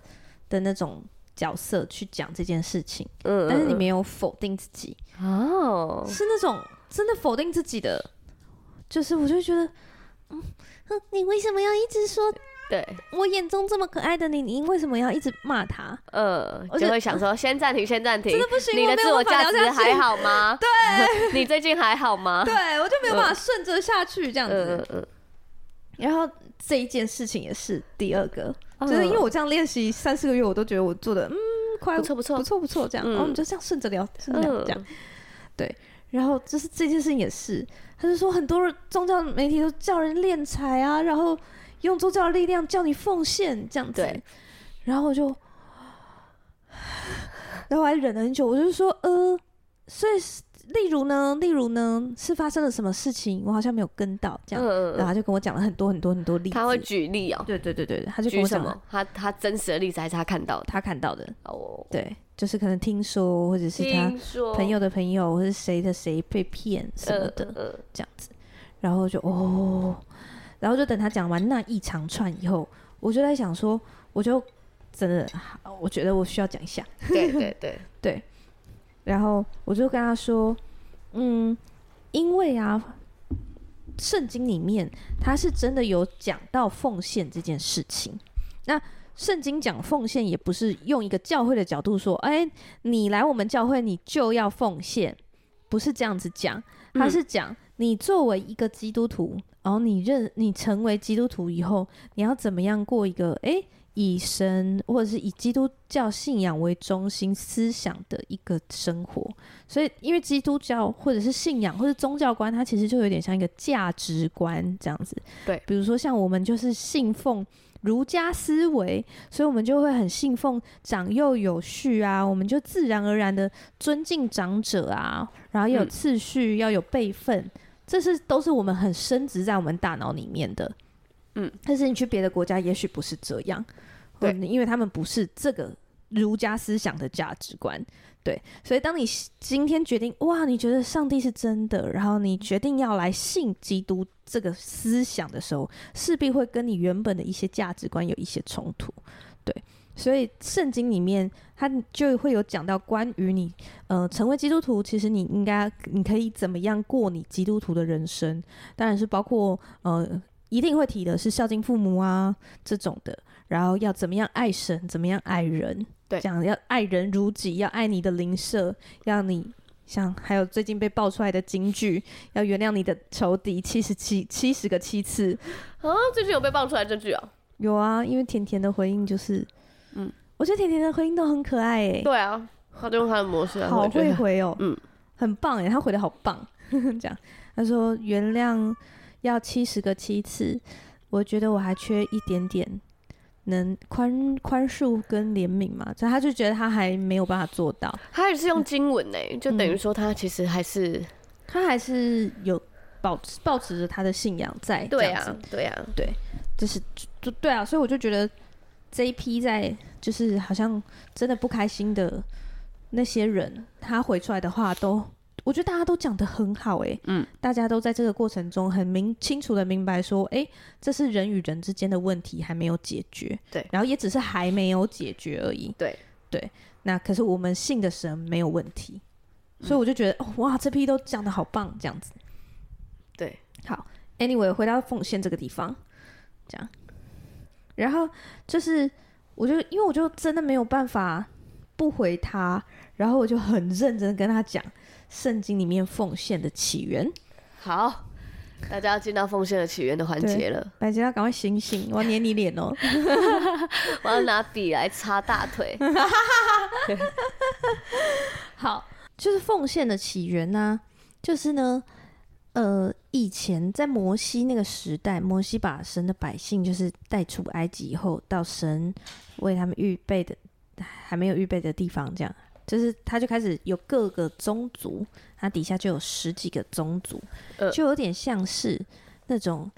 的那种角色去讲这件事情，嗯，但是你没有否定自己，哦，是那种真的否定自己的，就是我就觉得，嗯，哼，你为什么要一直说对，我眼中这么可爱的你，你为什么要一直骂他？呃，而且就会想说先暂停，先暂停真的。不行，你我的没自有我办价法值聊下去，还好 [laughs] 吗？对， [laughs] 你最近还好吗？对我就没有办法顺着下去这样嗯子。嗯然后这一件事情也是第二个，嗯，就是因为我这样练习三四个月，我都觉得我做的嗯，快哦不错不错不，错不错，这样，哦嗯然后我们就这样顺着聊，顺着聊嗯这样，对。然后就是这件事情也是，他就说很多宗教媒体都叫人敛财啊，然后用宗教的力量叫你奉献这样子对。然后我就， [sighs] 然后我还忍了很久，我就说呃，所以是例如呢，例如呢是发生了什么事情，我好像没有跟到这嗯样。嗯然后嗯，他就跟我讲了很多很多很多例子，他会举例哦，对对对对，他就跟举我什讲么？他他真实的例子还是他看到的？他看到的，哦，对，就是可能听说或者是他听说朋友的朋友或是谁的谁被骗什么的、嗯嗯这样子，然后就哦，然后就等他讲完那一长串以后，我就在想说，我就真的，我觉得我需要讲一下，嗯对对 [laughs] 对，然后我就跟他说，嗯，因为啊，圣经里面他是真的有讲到奉献这件事情。那圣经讲奉献，也不是用一个教会的角度说，哎，你来我们教会你就要奉献，不是这样子讲，他是讲你作为一个基督徒，然后你认你成为基督徒以后，你要怎么样过一个哎。以神或者是以基督教信仰为中心思想的一个生活，所以因为基督教或者是信仰或者宗教观，它其实就有点像一个价值观这样子。对比如说像我们就是信奉儒家思维，所以我们就会很信奉长幼有序啊，我们就自然而然的尊敬长者啊，然后要有嗯次序，要有辈分，这是都是我们很深植在我们大脑里面的。嗯，但是你去别的国家，也许不是这样，对嗯，因为他们不是这个儒家思想的价值观，对，所以当你今天决定哇，你觉得上帝是真的，然后你决定要来信基督这个思想的时候，势必会跟你原本的一些价值观有一些冲突，对，所以圣经里面它就会有讲到关于你呃成为基督徒，其实你应该你可以怎么样过你基督徒的人生，当然是包括呃一定会提的是孝敬父母啊这种的，然后要怎么样爱神，怎么样爱人，对讲要爱人如己，要爱你的邻舍，要你像还有最近被爆出来的金句，要原谅你的仇敌七十七七十个七次，啊，最近有被爆出来这句哦，有啊，因为甜甜的回应就是，嗯嗯，我觉得甜甜的回应都很可爱欸诶、对啊，他就用他的模式来啊好我觉得会回哦、嗯很棒诶、欸他回的好棒， [laughs] 这样他说原谅要七十个七次，我觉得我还缺一点点。能宽宽恕跟怜悯嘛？所以他就觉得他还没有办法做到，他也是用经文呢，嗯就等于说他其实还是他还是有保保持着他的信仰在。对这样子啊，对啊，就是就就对啊，所以我就觉得这一批在就是好像真的不开心的那些人，他回出来的话都，我觉得大家都讲得很好诶、嗯，大家都在这个过程中很明清楚的明白说，诶、这是人与人之间的问题还没有解决，对然后也只是还没有解决而已，对对，那可是我们信的神没有问题，嗯所以我就觉得、哦哇，这批都讲得好棒，这样子。对，好，anyway，回到奉献这个地方，这样，然后就是，我就因为我就真的没有办法不回他，然后我就很认真地跟他讲圣经里面奉献的起源。好，大家要进到奉献的起源的环节了，白洁，要赶快醒醒，我要捏你脸哦！我要拿笔来擦大腿，好，就是奉献的起源呢、就是呢，呃，以前在摩西那个时代，摩西把神的百姓就是带出埃及以后，到神为他们预备的还没有预备的地方，这样，就是他就开始有各个宗族，他底下就有十几个宗族，呃就有点像是那种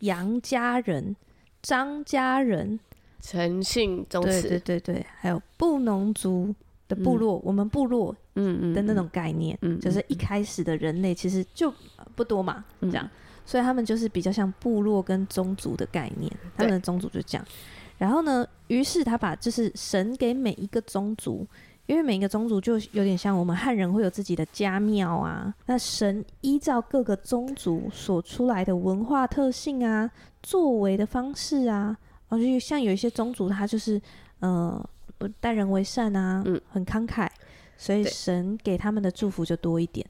杨家人、张家人， [laughs] 诚信宗对对祠，对对，还有布农族的部落，我们部落嗯嗯的那种概念，嗯就是一开始的人类其实就呃不多嘛，嗯这样，所以他们就是比较像部落跟宗族的概念，他们的宗族就这样。然后呢，于是他把就是神给每一个宗族，因为每一个宗族就有点像我们汉人会有自己的家庙啊，那神依照各个宗族所出来的文化特性啊、作为的方式啊，而且像有一些宗族他就是呃不待人为善啊，嗯很慷慨，所以对神给他们的祝福就多一点。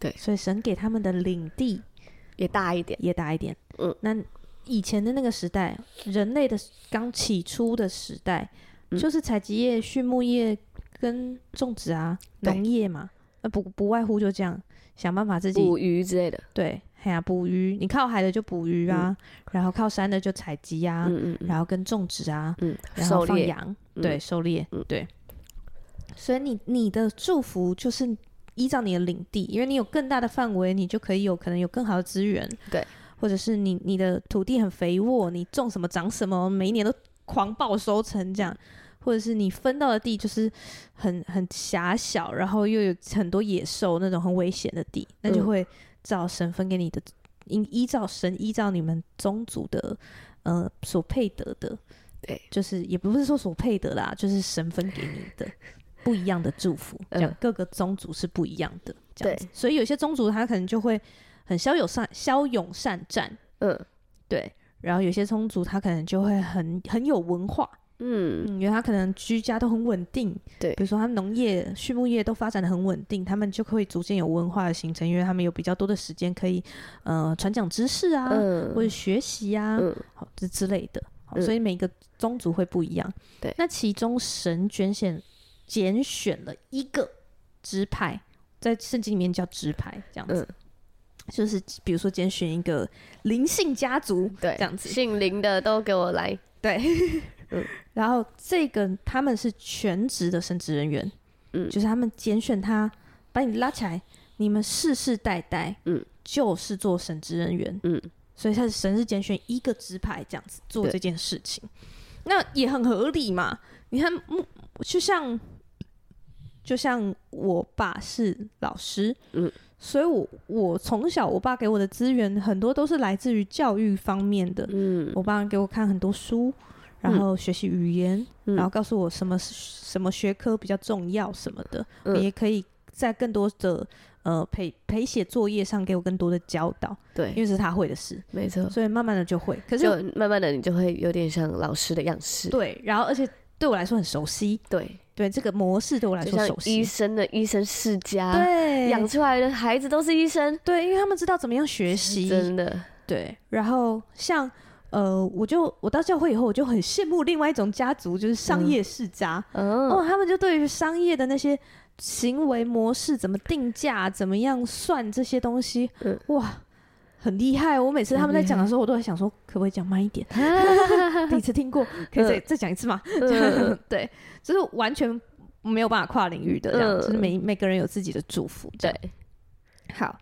对所以神给他们的领地也大一点，也大一点。嗯，那以前的那个时代，人类的刚起初的时代，嗯就是采集业、畜牧业跟种植啊、对农业嘛，那不不外乎就这样，想办法自己捕鱼之类的。对，哎呀、捕鱼，你靠海的就捕鱼啊，嗯然后靠山的就采集啊，嗯嗯嗯然后跟种植啊，嗯，然后狩放猎，羊，嗯对，狩猎，嗯对。所以你你的祝福就是依照你的领地，因为你有更大的范围，你就可以有可能有更好的资源，对，或者是你你的土地很肥沃，你种什么长什么，每一年都狂暴收成这样，或者是你分到的地就是很很狭小，然后又有很多野兽那种很危险的地，那就嗯会照神分给你的，依依照神依照你们宗族的呃所配得的，对，就是也不是说所配得啦，就是神分给你的不一样的祝福，这样、嗯各个宗族是不一样的，这样对子，所以有些宗族他可能就会很骁勇善骁勇善战，嗯对。然后有些宗族他可能就会很很有文化，嗯，嗯，因为他可能居家都很稳定，对比如说他们农业、畜牧业都发展的很稳定，他们就会逐渐有文化的形成，因为他们有比较多的时间可以，呃，传讲知识啊，嗯或者学习啊，嗯好这之类的，好嗯所以每个宗族会不一样。对那其中神拣选拣选了一个支派，在圣经里面叫支派，这样子，嗯就是比如说拣选一个灵性家族，对，这样子姓林的都给我来，然后这个他们是全职的神职人员，嗯就是他们拣选他，把你拉起来，你们世世代代，嗯，就是做神职人员，嗯，所以他神是拣选一个支派这样子做对这件事情，那也很合理嘛。你看，嗯就像就像我爸是老师，嗯，所以我我从小我爸给我的资源很多都是来自于教育方面的，嗯我爸给我看很多书，然后学习语言，嗯然后告诉我什么是什么学科比较重要什么的，嗯也可以在更多的呃陪陪写作业上给我更多的教导，因对，为是他会的事，没错，所以慢慢的就会。可就是慢慢的你就会有点像老师的样式，对，然后而且对我来说很熟悉，对，对这个模式对我来就说像熟悉医，生的医生世家对养出来的孩子都是医生，对，因为他们知道怎么样学习，真的，对，然后像呃，我就我到教会以后，我就很羡慕另外一种家族，就是商业世家。嗯哦，他们就对于商业的那些行为模式怎么定价、怎么样算这些东西，嗯哇，很厉害哦！我每次他们在讲的时候，我都在想说，可不可以讲慢一 [laughs] 点？第一次听过，可以再、再讲一次吗？嗯 [laughs] 对，就是完全没有办法跨领域的这样，嗯就是每每个人有自己的祝福。这样，对，好。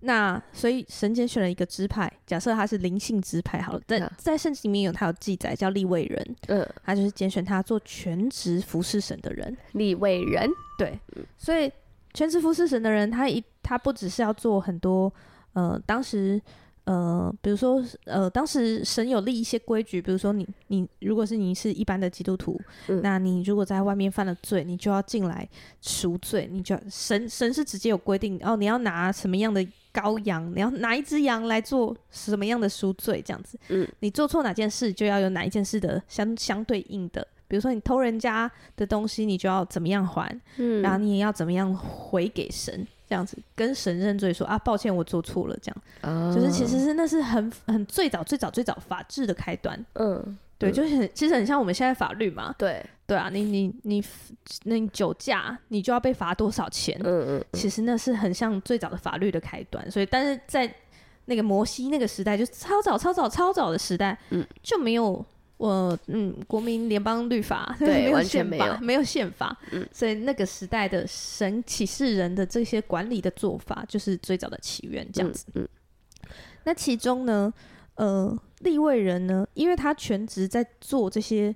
那所以神拣选了一个支派，假设他是灵性支派好了，在嗯在圣经里面有他有记载叫立位人，嗯，他就是拣选他做全职服侍神的人。立位人，对，所以全职服侍神的人，他一他不只是要做很多，呃，当时呃，比如说呃，当时神有立一些规矩，比如说你你如果是你是一般的基督徒，嗯那你如果在外面犯了罪，你就要进来赎罪，你就要神神是直接有规定哦，你要拿什么样的羔羊，你要拿一只羊来做什么样的赎罪，这样子，嗯，你做错哪件事，就要有哪一件事的相相对应的。比如说你偷人家的东西，你就要怎么样还？嗯然后你也要怎么样回给神，这样子跟神认罪说啊，抱歉，我做错了，这样、嗯哦就是其实是那是很很最早最早最早法治的开端，嗯，对，嗯就是很其实很像我们现在法律嘛，对，对啊，你你你那你酒驾你就要被罚多少钱，嗯嗯其实那是很像最早的法律的开端，所以但是在那个摩西那个时代，就超早超早超早的时代，嗯就没有我、嗯国民联邦律法，[laughs] 对没有完全宪没法，有没有宪法，嗯所以那个时代的神启示人的这些管理的做法，就是最早的起源这样子。嗯那其中呢，呃，立位人呢，因为他全职在做这些，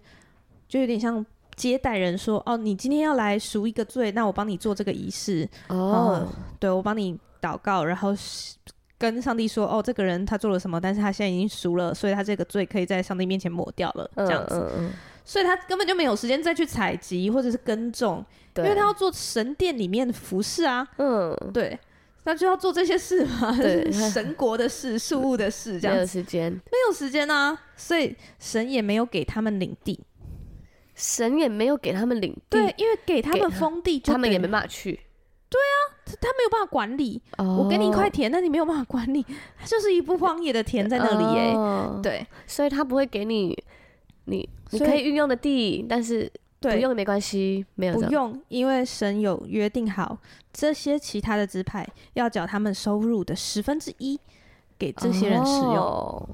就有点像。接待人说：“哦，你今天要来赎一个罪，那我帮你做这个仪式。哦，对我帮你祷告，然后是跟上帝说，哦，这个人他做了什么，但是他现在已经赎了，所以他这个罪可以在上帝面前抹掉了，这样子，嗯嗯嗯所以他根本就没有时间再去采集或者是耕种，因对，为他要做神殿里面的服饰啊，嗯，对，他就要做这些事 [laughs] 嘛，对神国的 [laughs] 事、事物的事，这没样有子时间，没有时间啊，所以神也没有给他们领地，神也没有给他们领地，对，因为给他给们他封地就他们等也于没办法去。哦他没有办法管理。我我给你一块田，但你没有办法管理， [laughs] 它就是一部荒野的田在那里耶、哦对所以他不会给你你你所以可以运用的地，但是不对，用也没关系，没有不这样用，因为神有约定好，这些其他的支派要缴他们收入的十分之一给这些人使用，哦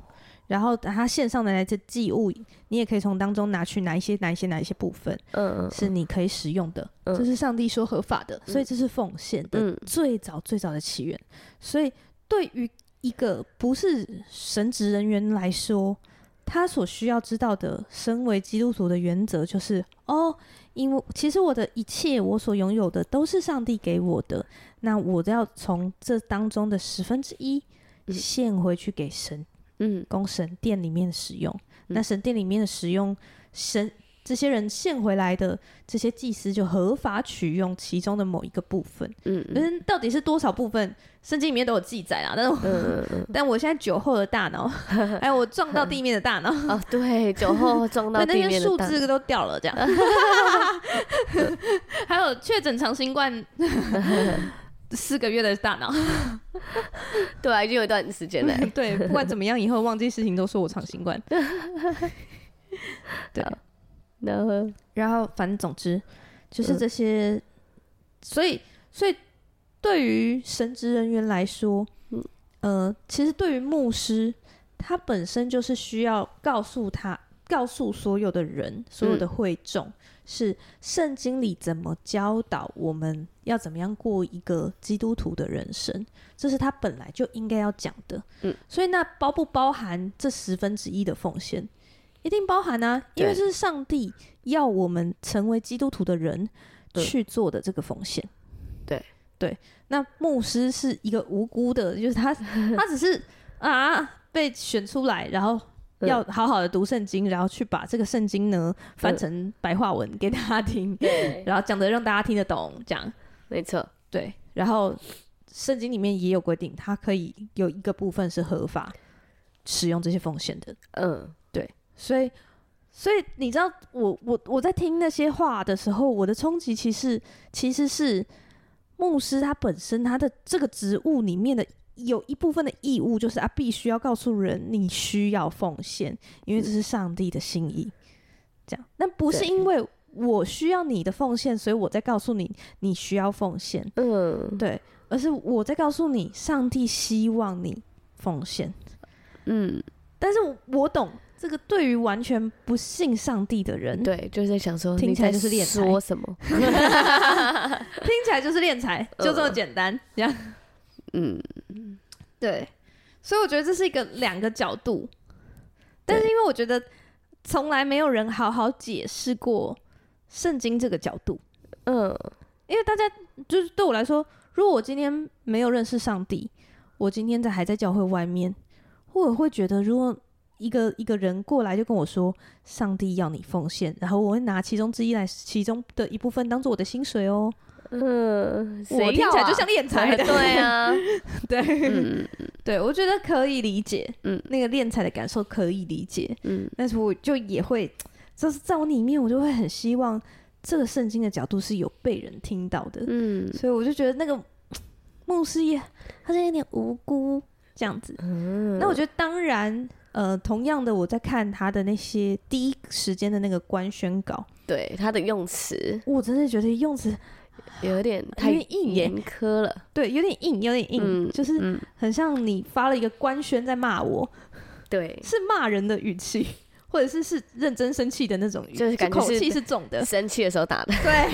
然后他献上的那些祭物，你也可以从当中拿去哪一些、哪一些、哪一些部分嗯是你可以使用的，嗯这是上帝说合法的，所以这是奉献的嗯最早最早的起源。所以对于一个不是神职人员来说，他所需要知道的，身为基督徒的原则就是：哦，因为其实我的一切，我所拥有的都是上帝给我的，那我要从这当中的十分之一嗯献回去给神。嗯供神殿里面使用。那嗯神殿里面的使用，神这些人献回来的这些祭司就合法取用其中的某一个部分。嗯但嗯是到底是多少部分，圣经里面都有记载啦。但 [laughs] 是我，嗯 [laughs] 嗯但我现在酒后的大 [laughs] 脑，哎，我撞到地面的大脑，嗯哦，对，酒后撞那到那地些面数的蛋，字都掉了，这样。 [laughs] [laughs] 还有确诊长新冠 [laughs] 四个月的大脑，对啊，已经有一段时间了。对，不管怎么样，以后忘记事情都说我长新冠。对， [laughs] 然后然后反正总之就是嗯这些，所以所以对于神职人员来说，嗯呃，其实对于牧师，他本身就是需要告诉他。告诉所有的人，所嗯有的会众，是圣经里怎么教导我们要怎么样过一个基督徒的人生，这是他本来就应该要讲的。嗯，所以那包不包含这十分之一的奉献？一定包含啊，因为对这是上帝要我们成为基督徒的人对去做的这个奉献。对对，那牧师是一个无辜的，就是 [laughs] 他他只是啊被选出来，然后。嗯要好好的读圣经，然后去把这个圣经呢翻成白话文给大家听， [laughs] 然后讲的让大家听得懂，这样没错，对。然后圣经里面也有规定，它可以有一个部分是合法使用这些奉献的，嗯所以，所以你知道，我我我在听那些话的时候，我的冲击其实其实是牧师他本身他的这个职务里面的有一部分的义务，就是他必须要告诉人你需要奉献，因为这是上帝的心意。这样，那不是对因为我需要你的奉献，所以我在告诉你你需要奉献，嗯对，而是我在告诉你，上帝希望你奉献。嗯，但是我我懂这个，对于完全不信上帝的人，对，就是在想说听你起来在就是敛财说什么？听起来就是敛财，就这么简单。这样呃嗯，对，所以我觉得这是一个两个角度，但是因为我觉得从来没有人好好解释过圣经这个角度，嗯因为大家就是对我来说，如果我今天没有认识上帝，我今天在还在教会外面，我也会觉得，如果一个一个人过来就跟我说上帝要你奉献，然后我会拿其中之一来其中的一部分当做我的薪水哦，嗯，我谁听要起来就啊像敛财的， [laughs] 对 [laughs] 啊，对、嗯 [laughs] 对，我觉得可以理解，嗯嗯，那个敛财的感受可以理解，嗯但是我就也会，就是在我里面，我就会很希望这个圣经的角度是有被人听到的，嗯 [laughs] 所以我就觉得那个牧师也好像有点无辜这样子。嗯，那我觉得当然，呃，同样的，我在看他的那些第一时间的那个官宣稿，对他的用词我真的觉得用词有点太点硬耶严苛了。对有点硬，有点硬，嗯就是嗯，很像你发了一个官宣在骂我，对，是骂人的语气。或者是是认真生气的那种语气，就是感觉口是气是重的，生气的时候打的， [laughs] 对，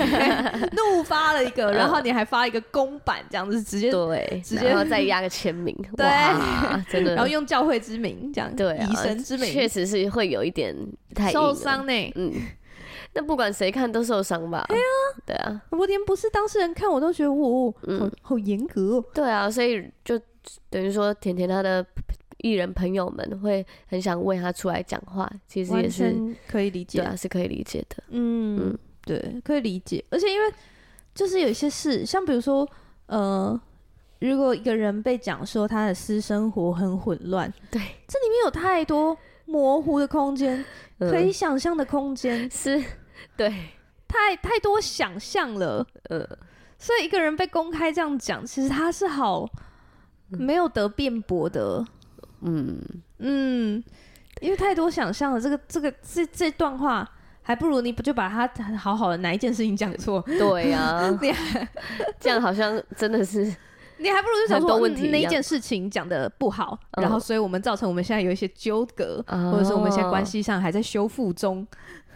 怒发了一个，然后你还发一个公版这样子，直接，嗯对，直接然后再压个签名， [laughs] 对哇，真的，然后用教会之名这样，对啊以神之确名，实是会有一点太硬受了，伤哎呢。 [laughs] 嗯，那不管谁看都受伤吧？对啊，对啊，我连不是当事人看我都觉得，我、哦嗯好好严格哦。对啊，所以就等于说甜甜她的艺人朋友们会很想为她出来讲话，其实完也是全可以理解对啊，是可以理解的。嗯嗯，对，可以理解。而且因为就是有一些事，像比如说，呃，如果一个人被讲说他的私生活很混乱，对，这里面有太多模糊的空间，嗯可以想象的空间， [laughs] 是，对，太太多想象了。呃，所以一个人被公开这样讲，其实他是好没有得辩驳的。嗯，嗯，因为太多想象了，这个这个这这段话。还不如你不就把他好好的哪一件事情讲错， [laughs] 对啊你，这样好像真的是你还不如就想很说，多问嗯题一那一样件事情讲的不好，嗯然后所以我们造成我们现在有一些纠葛，[laughs] 哦或者是我们现在关系上还在修复中。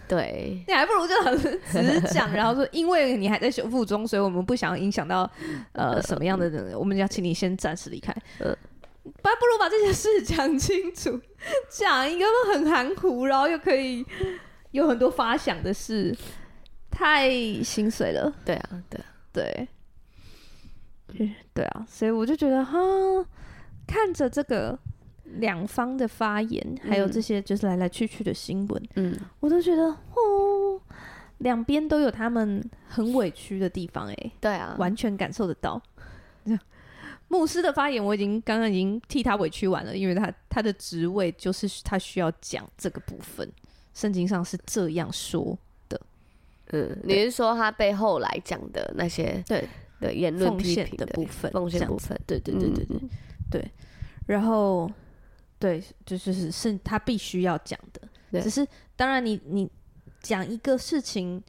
对，你还不如就很直讲，然后说，因为你还在修复中，所以我们不想要影响 [laughs] 到呃什么样的人，我们要请你先暂时离开。呃还不如把这件事讲清楚， [laughs] 讲一个很含糊，然后又可以有很多发想的事，太心碎了。对啊，对啊，对，对啊，所以我就觉得哈，看着这个两方的发言，还有这些就是来来去去的新闻，嗯，我都觉得哦，两边都有他们很委屈的地方、欸，对啊，完全感受得到。 [laughs] 牧师的发言，我已经刚刚已经替他委屈完了，因为他他的职位就是他需要讲这个部分，圣经上是这样说，嗯，你是说他背后来讲的那些对对言论奉批献评的部分，奉这献样部子分，对对对对对、嗯对。然后，对，就是是是他必须要讲的，对只是当然你你讲一个事情，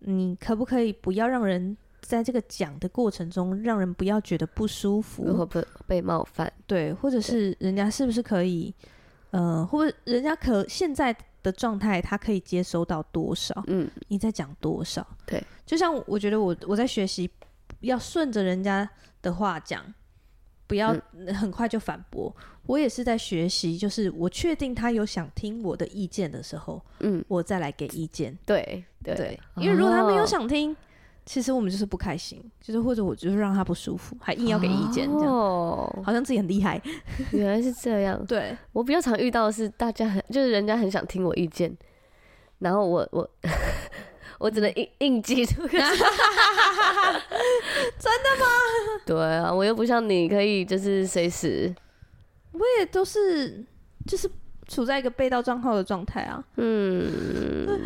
你可不可以不要让人在这个讲的过程中让人不要觉得不舒如何服？被被冒犯？对，或者是人家是不是可以，呃，或者人家可现在的状态他可以接收到多少？嗯，你在讲多少？对，就像我觉得我我在学习，要顺着人家的话讲，不要嗯很快就反驳。我也是在学习，就是我确定他有想听我的意见的时候，嗯，我再来给意见。对对啊对，因为如果他没有哦想听，其实我们就是不开心，就是或者我就是让他不舒服，还硬要给意见，这样哦，好像自己很厉害。原来是这 [laughs] 样。对，我比较常遇到的是，大家很就是人家很想听我意见，然后我 [laughs] 我我只能硬硬记 [laughs] 住。真的吗？ [laughs] 对啊，我又不像你可以就是随时我也都是就是处在一个被盗账号的状态啊。嗯，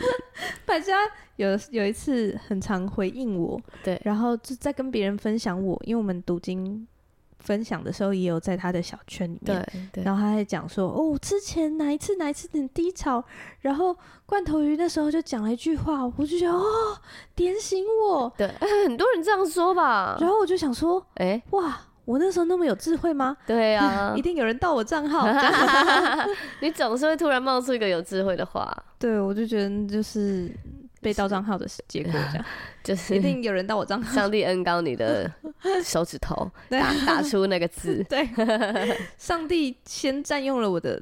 百家有有一次很常回应我，对然后就在跟别人分享我，因为我们读经分享的时候也有在他的小圈里对面，对，然后他还讲说，哦，之前哪一次哪一次很低潮，然后罐头鱼那时候就讲了一句话，我就觉得哦，点醒我，对，哎、 [laughs] 很多人这样说吧。然后我就想说，哎、哇，我那时候那么有智慧吗？对 [laughs] 啊一，定有人盗我账 [laughs] 号，你总是会突然冒出一个有智慧的话，对我就觉得就是被盗账号的结果 [laughs] 这样，就是一定有人盗我账号。 [laughs] 上帝恩高你的手指 [laughs] 头，对，打打出那个 [laughs] 字对，上帝先占用了我 [laughs] 的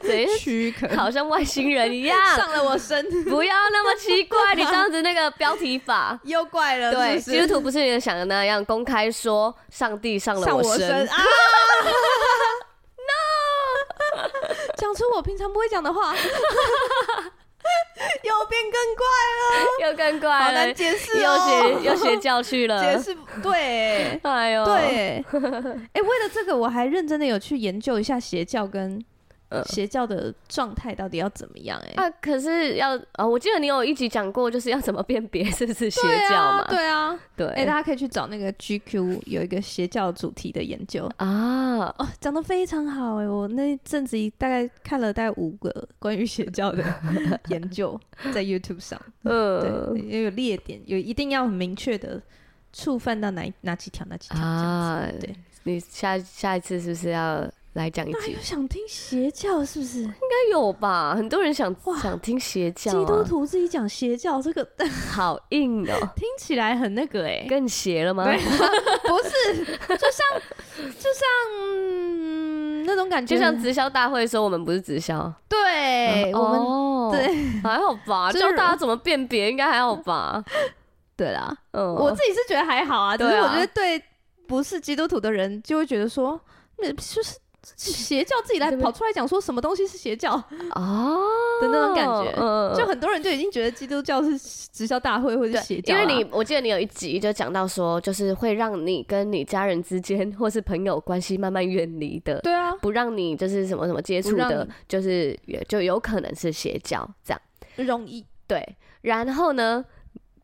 对，躯 [laughs] 壳，好像外星人一样，上了我身，。[laughs] 不要那么奇怪，你这样子那个标题法 [laughs] 又怪了，对，是基督徒不是你想的那样，公开说上帝上不了是上我身， [laughs] 啊！No，讲出我平常不会讲的话， [laughs] 又变更怪了，又更好怪了，难解释又哦 [laughs] 学，又学教去解了，释不对。欸哎呦，对， [laughs] 哎、为了这个，我还认真的有去研究一下邪教跟呃邪教的状态到底要怎么样、哎、啊，可是要啊，我记得你有一集讲过，就是要怎么辨别是不是邪对教嘛啊，，对啊，对哎、大家可以去找那个 GQ 有一个邪教主题的研究啊，哦，讲的非常好哎、我那阵子大概看了大概五个关于邪教 [laughs] 的研究在 YouTube 上，嗯对，也有列点，有一定要很明确的触犯到哪一哪几条哪几条这样啊子，对，你下下一次是不是要来讲一那集有？想听邪教是不是？应该有吧，很多人想哇想听邪教、基啊，督徒自己讲邪教这个 [laughs] 好硬哦、听起来很那个哎、 [laughs] 更邪了吗？对， [laughs] 不是，就像就像、嗯、那种感觉，就像直销大会说我们不是直销，对、我们。哦对，还好吧， [laughs] 就教是大家怎么辨别应该还好吧，对啦，嗯， [laughs] 我自己是觉得还好啊，只是对啊我觉得对不是基督徒的人就会觉得说，那就是邪教自己来跑出来讲说什么东西是邪教的哦那种感觉，嗯嗯嗯就很多人就已经觉得基督教啊是直销大会或者对是邪，教因啦，为你我记得你有一集就讲到说，就是会让你跟你家人之间或是朋友关系慢慢远离的，对啊，不让你就是什么什么接触不让的你，就是也就有可能是邪教这样。容易对，然后呢，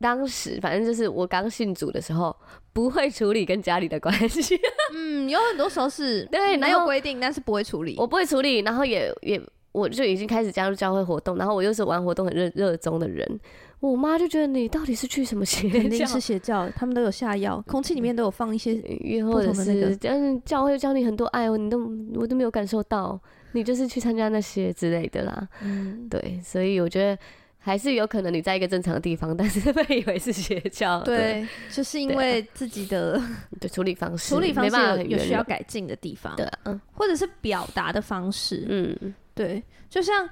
当时反正就是我刚信主的时候，不会处理跟家里的关系，嗯，有很多时候是对没然有后规定，但是不会处理。我不会处理，然后也也我就已经开始加入教会活动，然后我又是玩活动很热热衷的人，我妈就觉得你到底是去什么邪肯定教？是邪教，他们都有下药，空气里嗯面都有放一些。 [laughs] 约或者不同的那是个但是教会教你很多爱，你都我都没有感受到，你就是去参加那些之类的啦。嗯，对，所以我觉得还是有可能你在一个正常的地方，但是被以为是邪教。对，对，就是因为自己的对，处理方式处理方没式办法有很有圆需要融改进的地方，对啊，嗯或者是表达的方式，嗯，对，就像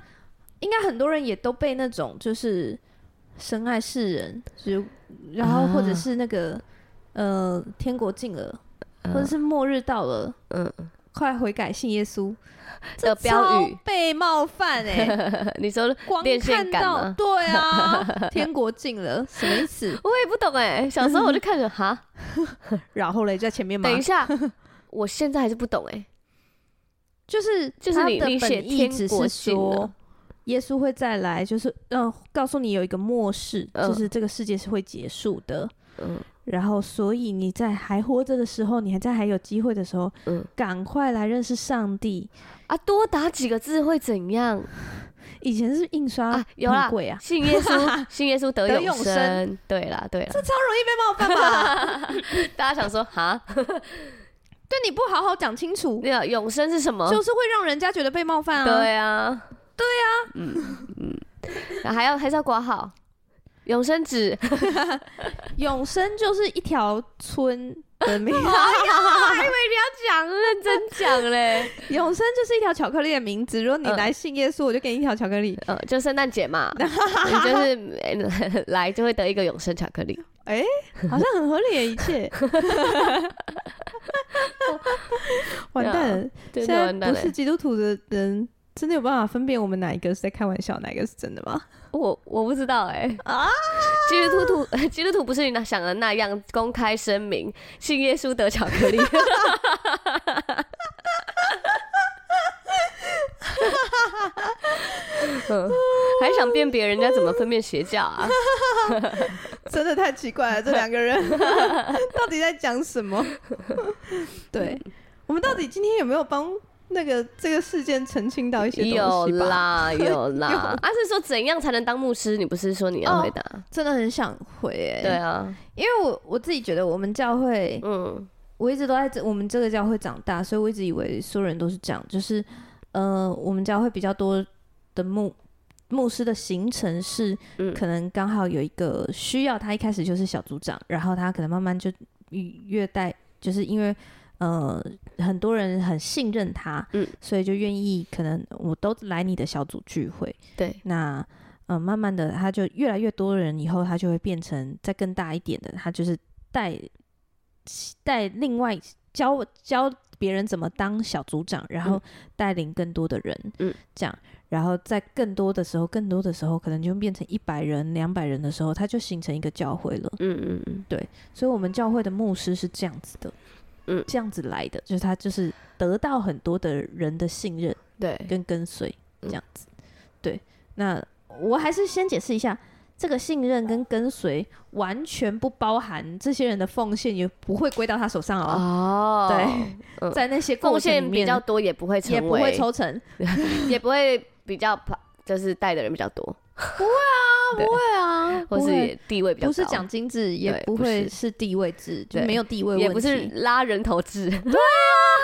应该很多人也都被那种就是深爱世人，就然后或者啊是那个、呃天国近了，嗯或者是末日到了，嗯快悔改信耶稣的呃标语超被冒 [laughs] 犯哎、你说光电线看杆到吗对 [laughs] 啊，天国近了什么意思？我也不懂哎，小时候我就看着哈，然后嘞，就在前面嘛等，[laughs] 一下，我现在还是不懂哎，就是就是你他你的写本意天只国是近说了。耶稣会再来，就是嗯、呃告诉你有一个末世，嗯就是这个世界是会结束的。嗯然后，所以你在还活着的时候，你还在还有机会的时候，嗯赶快来认识上帝。啊，多打几个字会怎样？以前是印刷啊有啦很贵啊，信耶 [laughs] 稣，信耶稣得得永永生。对啦，对啦，这容易被冒犯吧？大家想说 [laughs] 哈，[laughs] 对你不好好讲清楚，那个永生是什么？就是会让人家觉得被冒犯啊。嗯对啊，对啊，嗯嗯，还要还是要挂号，永生纸，哎永生就是一条村的名， [laughs] 讲认真讲嘞，永生就是一条巧克力的名字。如果你嗯来信耶稣，我就给你一条巧克力。 [laughs] 呃，就圣诞 [laughs] 节嘛，你就是呃来就会得一个永生巧克力，好像很合理的一 [laughs] 切。完蛋了，啊真现的在完蛋不嘞是！基督徒的人，真的有办法分辨我们哪一个是在开玩笑，哪一个是真的吗？ [laughs] 我我不知道哎、啊基督徒 [laughs] 基督徒不是你想的那样公开声明信耶稣得巧克力，嗯，还想辨别人家怎么分辨邪教啊？真的太奇 [laughs] 怪了，这两个人 [laughs] 到底在讲什么？对，我们到底今天有没有帮那个这个事件澄清到一些东西吧有，[laughs] 啦有啦，啊是说怎样才能当牧师？你不是说你要回答？真的很想回诶、对，啊，因为我我自己觉得我们教会嗯我一直都在这我们这个教会长大，所以我一直以为所有人都是这样，就是呃，我们教会比较多的牧牧师的行程是，嗯可能刚好有一个需要，他一开始就是小组长，然后他可能慢慢就越带，就是因为。呃，很多人很信任他，嗯所以就愿意可能我都来你的小组聚会。对，那呃，慢慢的他就越来越多人，以后他就会变成再更大一点的，他就是带带另外教教别人怎么当小组长，然后带领更多的人，嗯，这样，然后在更多的时候，更多的时候，可能就变成一百人、两百人的时候，它就形成一个教会了。嗯嗯嗯，所以，我们教会的牧师是这样子的，嗯这样子来的，就是他就是得到很多的人的信任对，跟跟随，嗯这样子。对，那我还是先解释一下。这个信任跟跟随完全不包含这些人的奉献，也不会归到他手上哦。哦，对， [laughs] 嗯在那些过贡程里献比面较多也不会成为，也不会抽成， [laughs] 也不会比较怕，就是带的人比较多， [laughs] 对会啊或不是会也地位比较高，不是奖金制，也对不不会是是地位制，就对没有地位也问不题。是拉人 [laughs] 头制，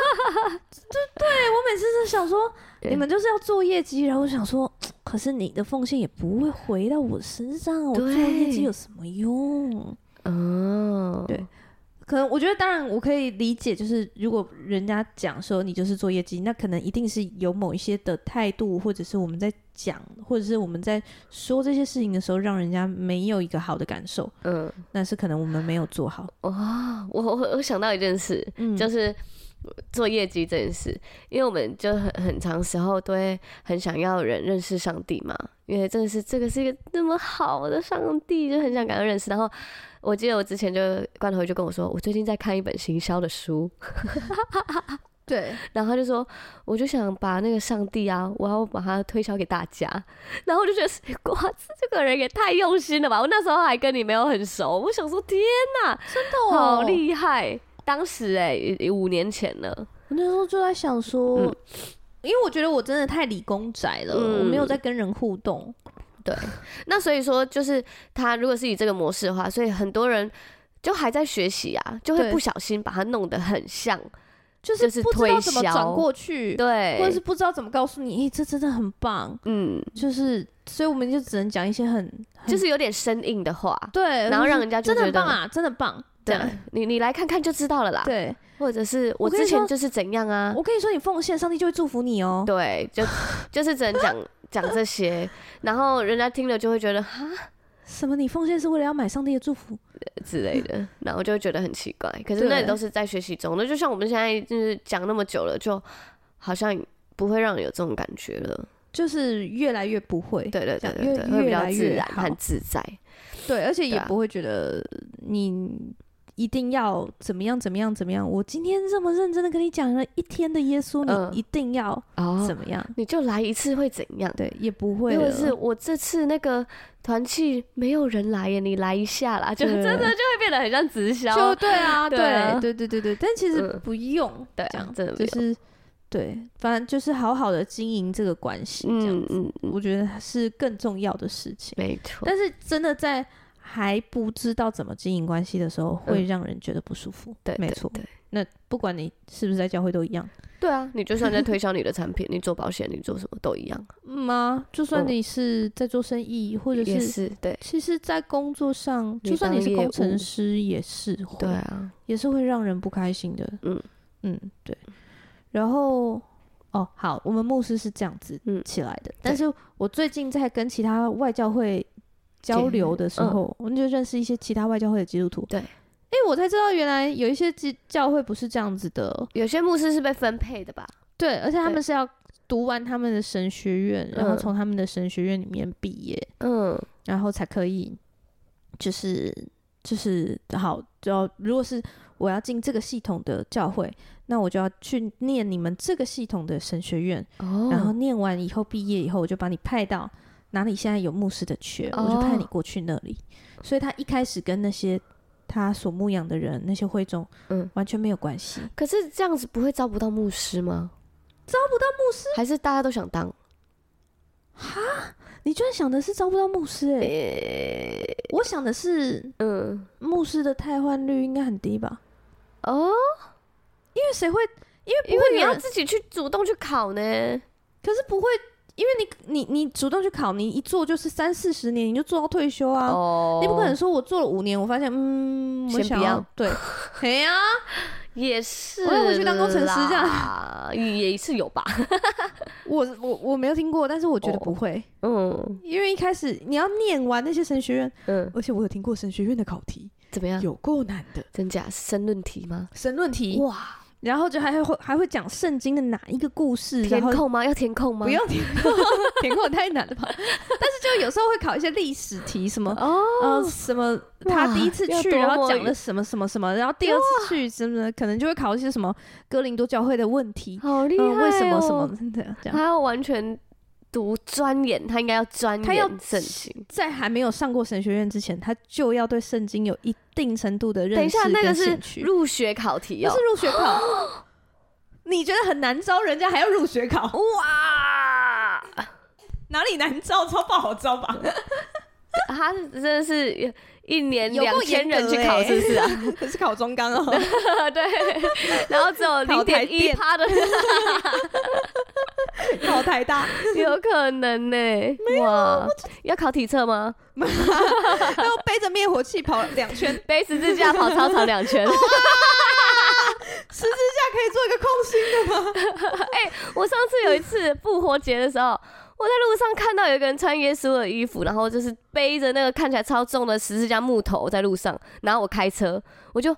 我每次是想说，对你们就是要做业绩，然后我想说，可是你的奉献也不会回到我身上，我做业绩对有什么用？哦，对可能我觉得，当然我可以理解，就是如果人家讲说你就是做业绩，那可能一定是有某一些的态度，或者是我们在讲，或者是我们在说这些事情的时候，让人家没有一个好的感受，嗯，那是可能我们没有做好。哇，我我我想到一件事，嗯就是做业绩这件事，因为我们就很很长时候都会很想要有人认识上帝嘛，因为真的是这个是一个那么好的上帝，就很想赶快认识。然后我记得我之前就罐头就跟我说，我最近在看一本行销的书， [laughs] 对，然后他就说，我就想把那个上帝啊，我要把它推销给大家。然后我就觉得，哇，这个人也太用心了吧！我那时候还跟你没有很熟，我想说，天哪，哦好厉害！当时哎、也五年前了，我那时候就在想说，嗯因为我觉得我真的太理工宅了，嗯我没有在跟人互动。那所以说，就是他如果是以这个模式的话，所以很多人就还在学习啊，就会对不小心把它弄得很像，就是就是不知道怎么推销转过去，对，或者是不知道怎么告诉你，诶、这真的很棒。嗯，就是，所以我们就只能讲一些很，很就是有点生硬的话，对，然后就是让人家就真的觉很得棒啊，真的棒。这对样啊你你来看看就知道了啦，对，或者是我我跟你之前说就是怎样啊，我跟你说，你奉献，上帝就会祝福你哦。对，就就是只能讲讲这些，然后人家听了就会觉得哈什么？你奉献是为了要买上帝的祝福？之类 [laughs] 的，然后就会觉得很奇怪。可是对那也都是在学习中的，就像我们现在就是讲那么久了，就好像不会让你有这种感觉了。就是越来越不会，对对对讲对对，越会比越较来自越然好和自在。对，而且对也啊不会觉得你一定要怎么样怎么样怎么样。我今天这么认真的跟你讲了一天的耶稣，嗯你一定要哦怎，么样？你就来一次会怎样？对，也不会或了者是我这次那个团契没有人来耶，你来一下啦，就真对的就会变得很像直销，就对啊，对啊对对对对对，但其实嗯不用对这样，真的就没是对，反正就是好好的经营这个关系，这样嗯子，嗯，嗯我觉得是更重要的事情。没错。但是真的在还不知道怎么经营关系的时候，会让人觉得不舒服。对，没对错。对那不管你是不是在教会都一样对啊，你就算在推销你的产品，你做保险，你做什么都一样，吗？啊就算嗯你是在做生意，或者也哦是是对其实，在工作上，你就算你是当业工务程师，也是会对啊，也是会让人不开心的。嗯嗯，对。然后哦，好，我们牧师是这样子嗯起来的，但是我最近在跟其他外教会交流的时候，我们就认识一些其他外教会的基督徒。对哎、我才知道原来有一些基教会不是这样子的，哦有些牧师是被分配的吧？对，嗯而且他对们是要读完他们的神学院，然后从他们的神学院里面毕业，嗯，然后才可以，就是就是好，就要如果是我要进这个系统的教会，那我就要去念你们这个系统的神学院，哦然后念完以后毕业以后，我就把你派到哪里现在有牧师的缺，哦我就派你过去那里。所以他一开始跟那些他所牧养的人，那些会众，嗯完全没有关系。可是这样子不会招不到牧师吗？招不到牧师，还是大家都想当？你居然想的是招不到牧师、欸？我想的是嗯，牧师的汰换率应该很低吧？哦，因为谁会？因为不因为会你有要人自己去主动去考呢。可是不会，因为你你你主动去考，你一做就是三四十年，你就做到退休啊。哦你不可 [laughs] 能说我做了五年，我发现嗯，我先想不要要对，哎呀，也是啦，我要回去当工程师这也是有吧？我我我没有听过，但是我觉得哦不会， [laughs] 嗯因为一开始你要念完那些神学院，嗯，而且我有听过神学院的考题，怎么样？有够难的真假是申嗯论题吗？神论题，哇，然后就还会还会讲圣经的哪一个故事，填然后空吗？要填空吗？不用填空， [laughs] 填空太难了吧？但是就有时候会考一些历史题，什么哦，呃，什么哇他第一次要去，多然后么讲了什么什么什么，然后第二次去什么的，可能就会考一些什么哥林多教会的问题，好厉害、嗯，哦为什么什么 [laughs] 的这样。他要完全读钻研，他应该要钻他要研圣经。在还没有上过神学院之前，他就要对圣经有一定程度的等认一识下，那个跟是兴趣。入学考题那哦是。入学考， [gasps] 你觉得很难招，人家还要入学考，哇，哪里难招？招不好招吧？啊他是真的是一年有够两千人去严格考，欸是不是 [laughs] 啊？可是考中纲 [laughs] 哦，对，然后只有零考台点一电 [laughs] 趴的，考台大，有可能呢、哇，要考体测吗？然后背着灭火器跑两圈，背十字架跑操场两 [laughs] 圈。十字架可以做一个空心的。我上次有一次复活节的时候，我在路上看到有一个人穿耶稣的衣服，然后就是背着那个看起来超重的十字架木头在路上，然后我开车，我就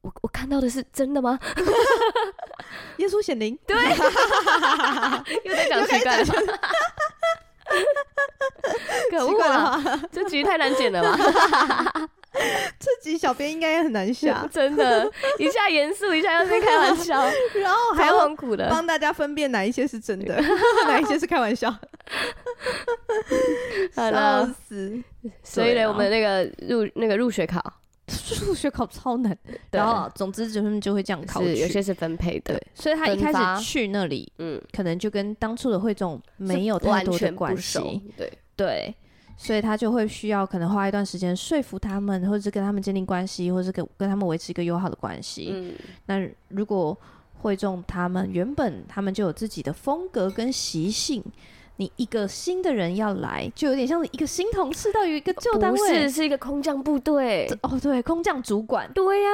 我我看到的是真的吗？耶稣 [laughs] 显灵，对， [laughs] 又在讲奇怪的话，可恶啊！这局太难剪了吧？，这集小编应该也很难下啊 [laughs] [laughs] 真的，一下严肃，一下又在开玩笑， [laughs] 然后还太要痛苦了。帮大家分辨哪一些是真的， [laughs] 哪一些是开玩笑。好笑了，死！所以对呢，啊我们那个入那个入学考， [laughs] 数学考超难，对然后总之他们就会这样考是有去。些是分配的对，，所以他一开分发始去那里，嗯，可能就跟当初的汇总没有是太完多的全不关熟系，，对。对，所以他就会需要可能花一段时间说服他们，或者是跟他们建立关系，或者是跟跟他们维持一个友好的关系。嗯，那如果会众他们原本他们就有自己的风格跟习性，你一个新的人要来，就有点像是一个新同事到一个旧单不是位。是一个空降部队，哦，对，空降主管对呀、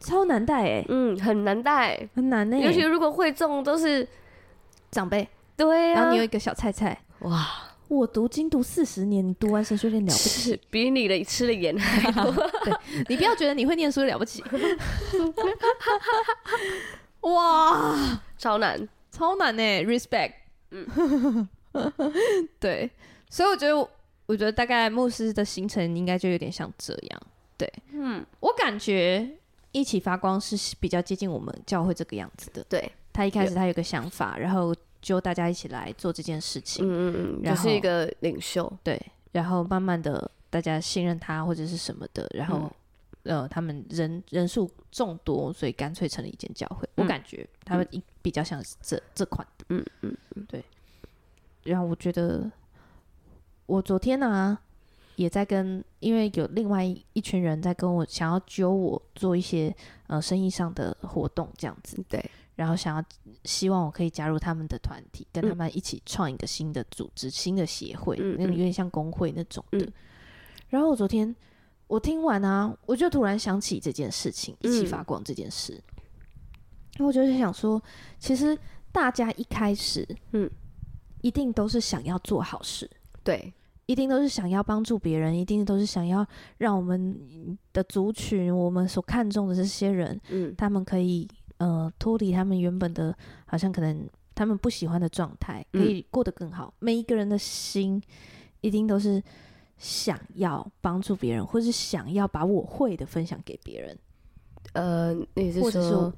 超难带哎、嗯，很难带，很难欸呢、尤其如果会中都是长辈，对啊然呀、后你有一个小菜菜，哇，我读经读四十年，你读完神学院了不起，是 [laughs] 比你的吃的盐还多，你不要觉得你会念书了不起，哇，超难。超难呢、r 欸 e s p e c t [laughs] 嗯，对，所以我觉得我，我觉得大概牧师的行程应该就有点像这样。对，嗯，我感觉一起发光是比较接近我们教会这个样子的。对，他一开始他有个想法，然后就大家一起来做这件事情。嗯嗯嗯，然就后是一个领袖，对，然后慢慢的大家信任他或者是什么的，然嗯后、呃，他们人人数众多，所以干脆成立一间教会。我嗯感觉他们一比较像是这这款的，嗯嗯，对。然后我觉得，我昨天呢、也在跟，因为有另外一群人在跟我想要揪我做一些呃生意上的活动这样子，对，然后想要希望我可以加入他们的团体，跟他们一起创一个新的组织、新的协会，嗯那种嗯有点像工会那种的。嗯然后我昨天我听完啊，我就突然想起这件事情，一起嗯发光这件事。然后我就是想说，其实大家一开始，嗯嗯，一定都是想要做好事，对，一定都是想要帮助别人，一定都是想要让我们的族群，我们所看重的这些人，嗯他们可以呃脱离他们原本的，好像可能他们不喜欢的状态，可以过得更好。每一个人的心一定都是想要帮助别人，或是想要把我会的分享给别人，呃，你是或者说说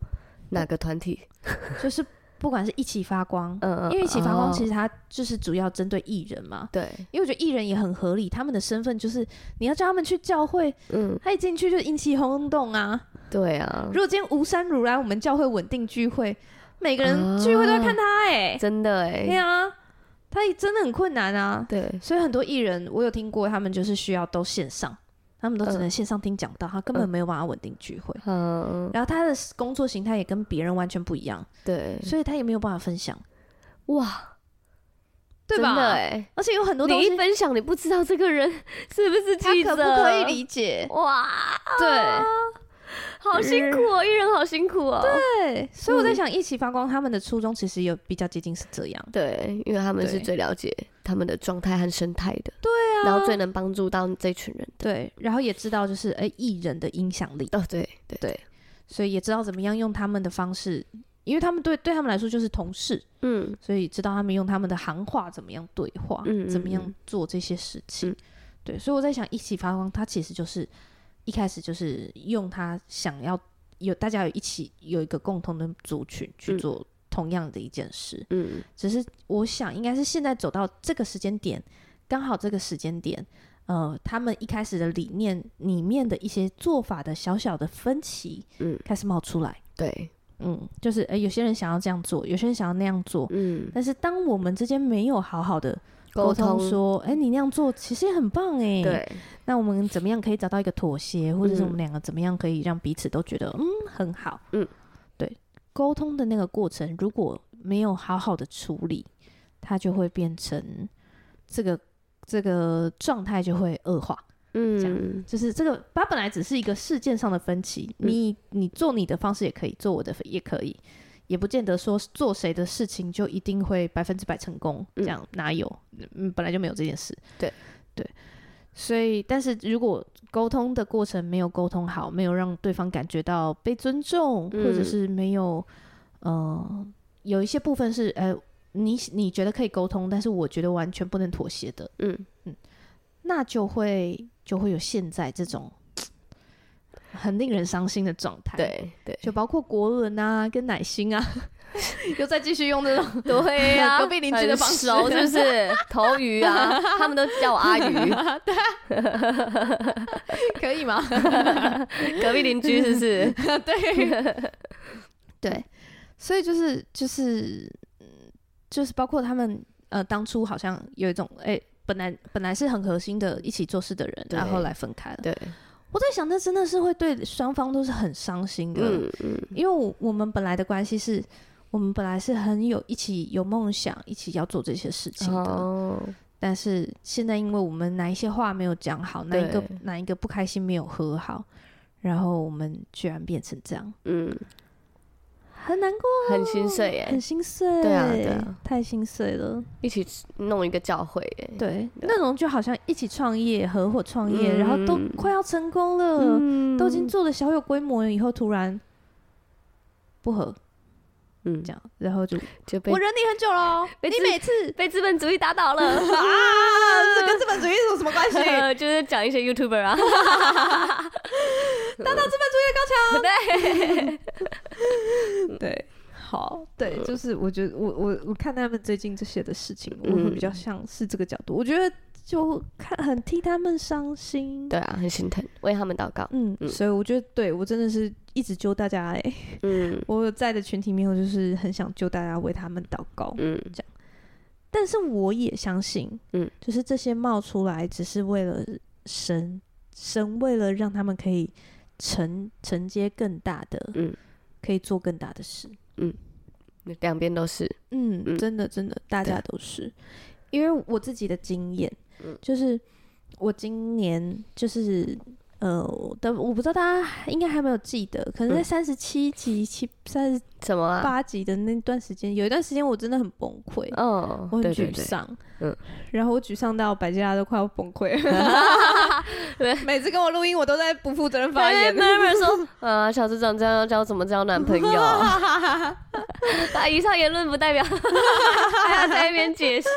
哪个团体？就是不管是一起发光，嗯嗯，因为一起发光哦其实它就是主要针对艺人嘛。对，因为我觉得艺人也很合理，他们的身份就是你要叫他们去教会，嗯，他一进去就引起轰动啊！对啊如，果今天吴山如来我们教会稳定聚会，每个人聚会都会看他哎、真的对哎，啊，他也真的很困难啊。对，所以很多艺人，我有听过，他们就是需要都线上，他们都只能线上听讲道，他根本没有办法稳定聚会。嗯，然后他的工作形态也跟别人完全不一样，对，所以他也没有办法分享，哇，对真吧？的哎，而且有很多东你西一，分享，你不知道这个人 [laughs] 是不是他记者，可不可以理解？哇，对好辛苦哦，艺人好辛苦哦。嗯对，所以我在想，一起发光他们的初衷其实有比较接近是这样。对，因为他们是对最了解他们的状态和生态的，对啊，然后最能帮助到这群人的。对，然后也知道就是哎艺人的影响力，哦，对对对所以也知道怎么样用他们的方式，因为他们对对他们来说就是同事，嗯所以知道他们用他们的行话怎么样对话，嗯嗯怎么样嗯做这些事情。嗯对，所以我在想，一起发光，它其实就是一开始就是用他想要有大家有一起有一个共同的族群去嗯做同样的一件事，嗯，只是我想应该是现在走到这个时间点，刚好这个时间点，呃，他们一开始的理念里面的一些做法的小小的分歧，嗯开始冒出来，对，嗯，就是诶，有些人想要这样做，有些人想要那样做，嗯但是当我们之间没有好好的沟沟通通说，哎、你那样做其实也很棒哎。对，那我们怎么样可以找到一个妥协，或者是嗯我们两个怎么样可以让彼此都觉得嗯很好？嗯，对，沟通的那个过程如果没有好好的处理，它就会变成这个这个状态就会恶化。这嗯，就是这个，它本来只是一个事件上的分歧，你你做你的方式也可以，做我的也可以，也不见得说做谁的事情就一定会百分之百成功，这嗯样、哪有？嗯，本来就没有这件事。对对，所以但是如果沟通的过程没有沟通好，没有让对方感觉到被尊重，或者嗯是没有呃有一些部分是呃你你觉得可以沟通，但是我觉得完全不能妥协的，嗯，那就会就会有现在这种很令人伤心的状态。，对对，就包括国伦啊，跟奶心啊， [laughs] 又再继续用这 [laughs] 种 [laughs] 对呀、隔壁邻居的方式很熟是不 [laughs] 是？头鱼啊，他们都叫我阿 [laughs] 鱼，可以吗？隔壁邻居是不是？对， [laughs] 所以就是就是嗯就是包括他们呃当初好像有一种哎、本来本来是很核心的一起做事的人，对然后来分开了。对，我在想，那真的是会对双方都是很伤心的。嗯嗯因为我我们本来的关系是，我们本来是很有一起有梦想，一起要做这些事情的。哦，但是现在因为我们哪一些话没有讲好，哪一个对哪一个不开心没有和好，然后我们居然变成这样，嗯，很难过，很心碎很耶，心碎。对啊对啊，太心碎了。一起弄一个教会耶，对，那种就好像一起创业、合伙创业，然后都嗯快要成功了，嗯都已经做的小有规模了，以后突然不合嗯这样，然后就就被我忍你很久了哦，被你自每次被资本主义打倒 [laughs] 了，这跟资本主义有什么关系？ [laughs] 就是讲一些 YouTuber [laughs] 啊， [laughs] [laughs] 对，好，嗯对，就是我觉得我我我看他们最近这些的事情，我嗯会比较像是这个角度，我觉得就看很替他们伤心。对啊，很心疼，为他们祷告，嗯，嗯所以我觉得对我真的是一直揪大家哎、欸，嗯 [laughs] 我在的群体里面，我就是很想揪大家为他们祷告，嗯但是我也相信，嗯嗯，就是这些冒出来只是为了神，神为了让他们可以承承接更大的，嗯嗯，可以做更大的事，两边都是，嗯，嗯真的真的，大对家都是，因为我自己的经验，嗯就是我今年就是呃，我的我不知道大家应该还没有记得，可能在嗯三十七集、七三十什么啊？八集的那段时间，有一段时间我真的很崩溃，哦，我很对对沮对，丧，嗯然后我沮丧到百吉拉都快要崩溃 [laughs] 了，每次跟我录音我都在不负责哎任发言， Murmur 说，呃，小组长这样交怎么交男朋友啊？ [laughs] 他以上言论不代表，还要在那边解释，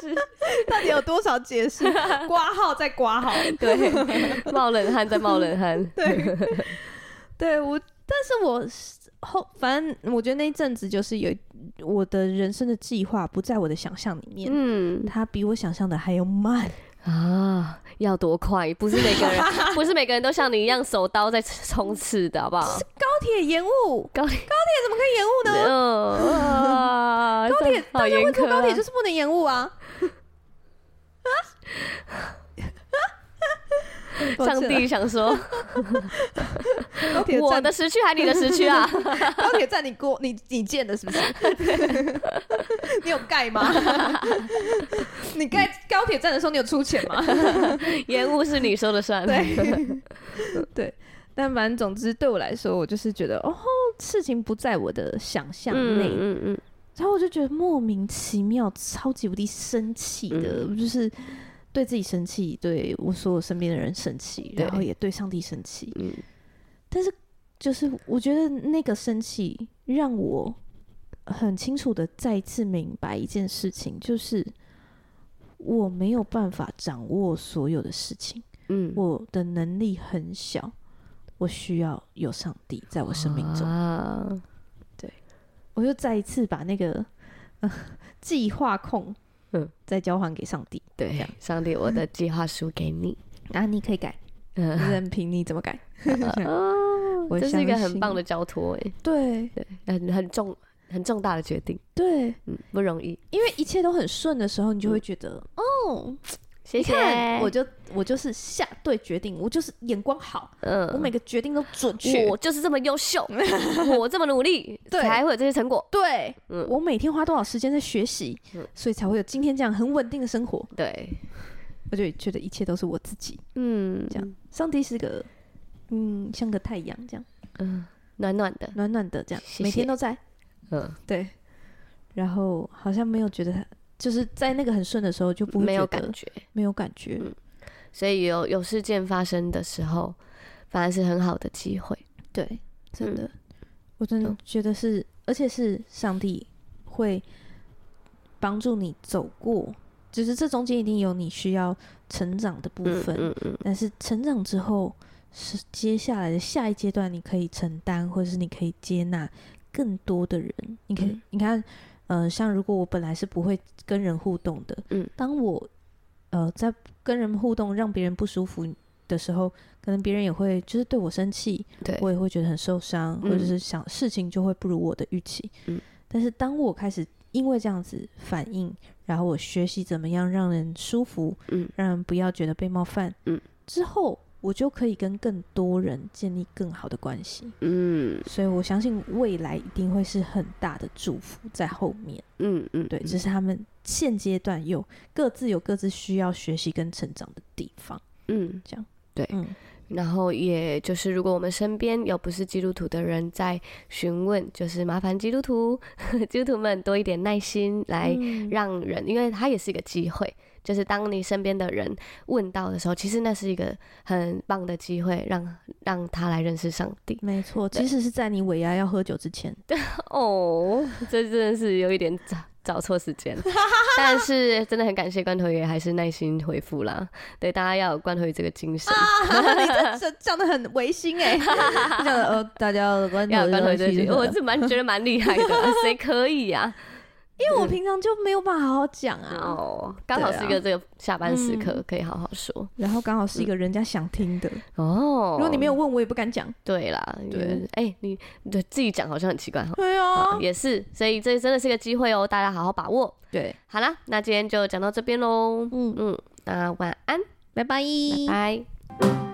到底有多少解释？ [laughs] 挂号再挂号，对，冒冷汗在冒冷汗，对，对我，但是我是后反正我觉得那一阵子就是有我的人生的计划不在我的想象里面，嗯它比我想象的还要慢。啊，要多快？不是每个人，不是每个人都像你一样手刀在冲刺的，好不好？高铁延误，高铁啊怎么可以延误呢？ [laughs] 嗯，高铁好严会坐苛高铁啊，就是不能延误啊！啊 [laughs] 上帝想说，高 [laughs] 铁我站的时区还你的时区啊， [laughs] 高铁站你过你你建的是不是？ [laughs] 你有盖 [laughs] 吗？你盖高铁站的时候你有出钱吗？延误是你说了算。对对，但反正总之对我来说，我就是觉得哦，事情不在我的想象 [laughs] 嗯内，嗯嗯，然后我就觉得莫名其妙，超级无敌生气嗯的，我就是对自己生气，对我所有身边的人生气，对然后也对上帝生气。嗯但是就是我觉得那个生气让我很清楚的再一次明白一件事情，就是我没有办法掌握所有的事情。嗯，我的能力很小，我需要有上帝在我生命中。啊，我就再一次把那个、呃计划控，嗯嗯，再交还给上帝。对，上帝，我的计划书给你。啊，你可以改，嗯， [laughs] 任凭你怎 [laughs] 么改。 [laughs] 我哦这是一个相很棒信的交托，哎，对对，很很重很重大的决定，对，嗯，不容易。因为一切都很顺的时候，你就会觉得、哦，哦，谢谢。我就我就是下对决定，我就是眼光好，嗯我每个决定都准确我。就是这么优 [laughs] 秀，我这么努力，对才会有这些成果。对，嗯我每天花多少时间在学习，嗯所以才会有今天这样很稳定的生活。对，我就觉得一切都是我自己，嗯，这样，上帝是个，嗯，像个太阳这样，嗯，暖暖的，暖暖的这样，谢谢每天都在。嗯，对，然后好像没有觉得，就是在那个很顺的时候就不会没有觉得感觉。没有感觉。嗯所以有有事件发生的时候，反而是很好的机会。对，真的，嗯我真的觉得是，而且是上帝会帮助你走过，就是这中间一定有你需要成长的部嗯分，嗯嗯，但是成长之后是接下来的下一阶段，你可以承担，或者是你可以接纳更多的人。你可以，嗯你看，呃，像如果我本来是不会跟人互动的，嗯，当我呃在跟人互动让别人不舒服的时候，可能别人也会就是对我生气，对我也会觉得很受伤，或者嗯是想事情就会不如我的预期。嗯，但是当我开始因为这样子反应，然后我学习怎么样让人舒服，嗯，让人不要觉得被冒犯，嗯，之后我就可以跟更多人建立更好的关系。嗯所以我相信未来一定会是很大的祝福在后面。嗯嗯，对，嗯这是他们现阶段有各自有各自需要学习跟成长的地方。嗯这样对。嗯，然后也就是，如果我们身边有不是基督徒的人在询问，就是麻烦基督徒 [laughs] 基督徒们多一点耐心来嗯让人，因为它也是一个机会。就是当你身边的人问到的时候，其实那是一个很棒的机会，让让他来认识上帝。没错，对即使是在你尾牙要喝酒之前，哦， [laughs] 这真的是有一点找找错时间了， [laughs] 但是真的很感谢罐头爷，还是耐心回复啦。对，大家要有罐头爷这个精神。 [laughs] 你这这讲的很违心哎、欸， [laughs] 讲呃，大家的关头要有罐头爷这个精神，我我是蛮觉得蛮厉害的 [laughs] 啊，谁可以呀、因为我平常就没有办法好好讲啊，哦，刚好是一个这个下班时刻，可以好好说。然后刚好是一个人家想听的，哦，如果你没有问，我也不敢讲。对啦，对，哎、你对自己讲好像很奇怪哈、对啊啊，也是，所以这真的是个机会哦，大家好好把握。对，好啦，那今天就讲到这边喽，嗯，嗯，那晚安，拜拜。拜拜。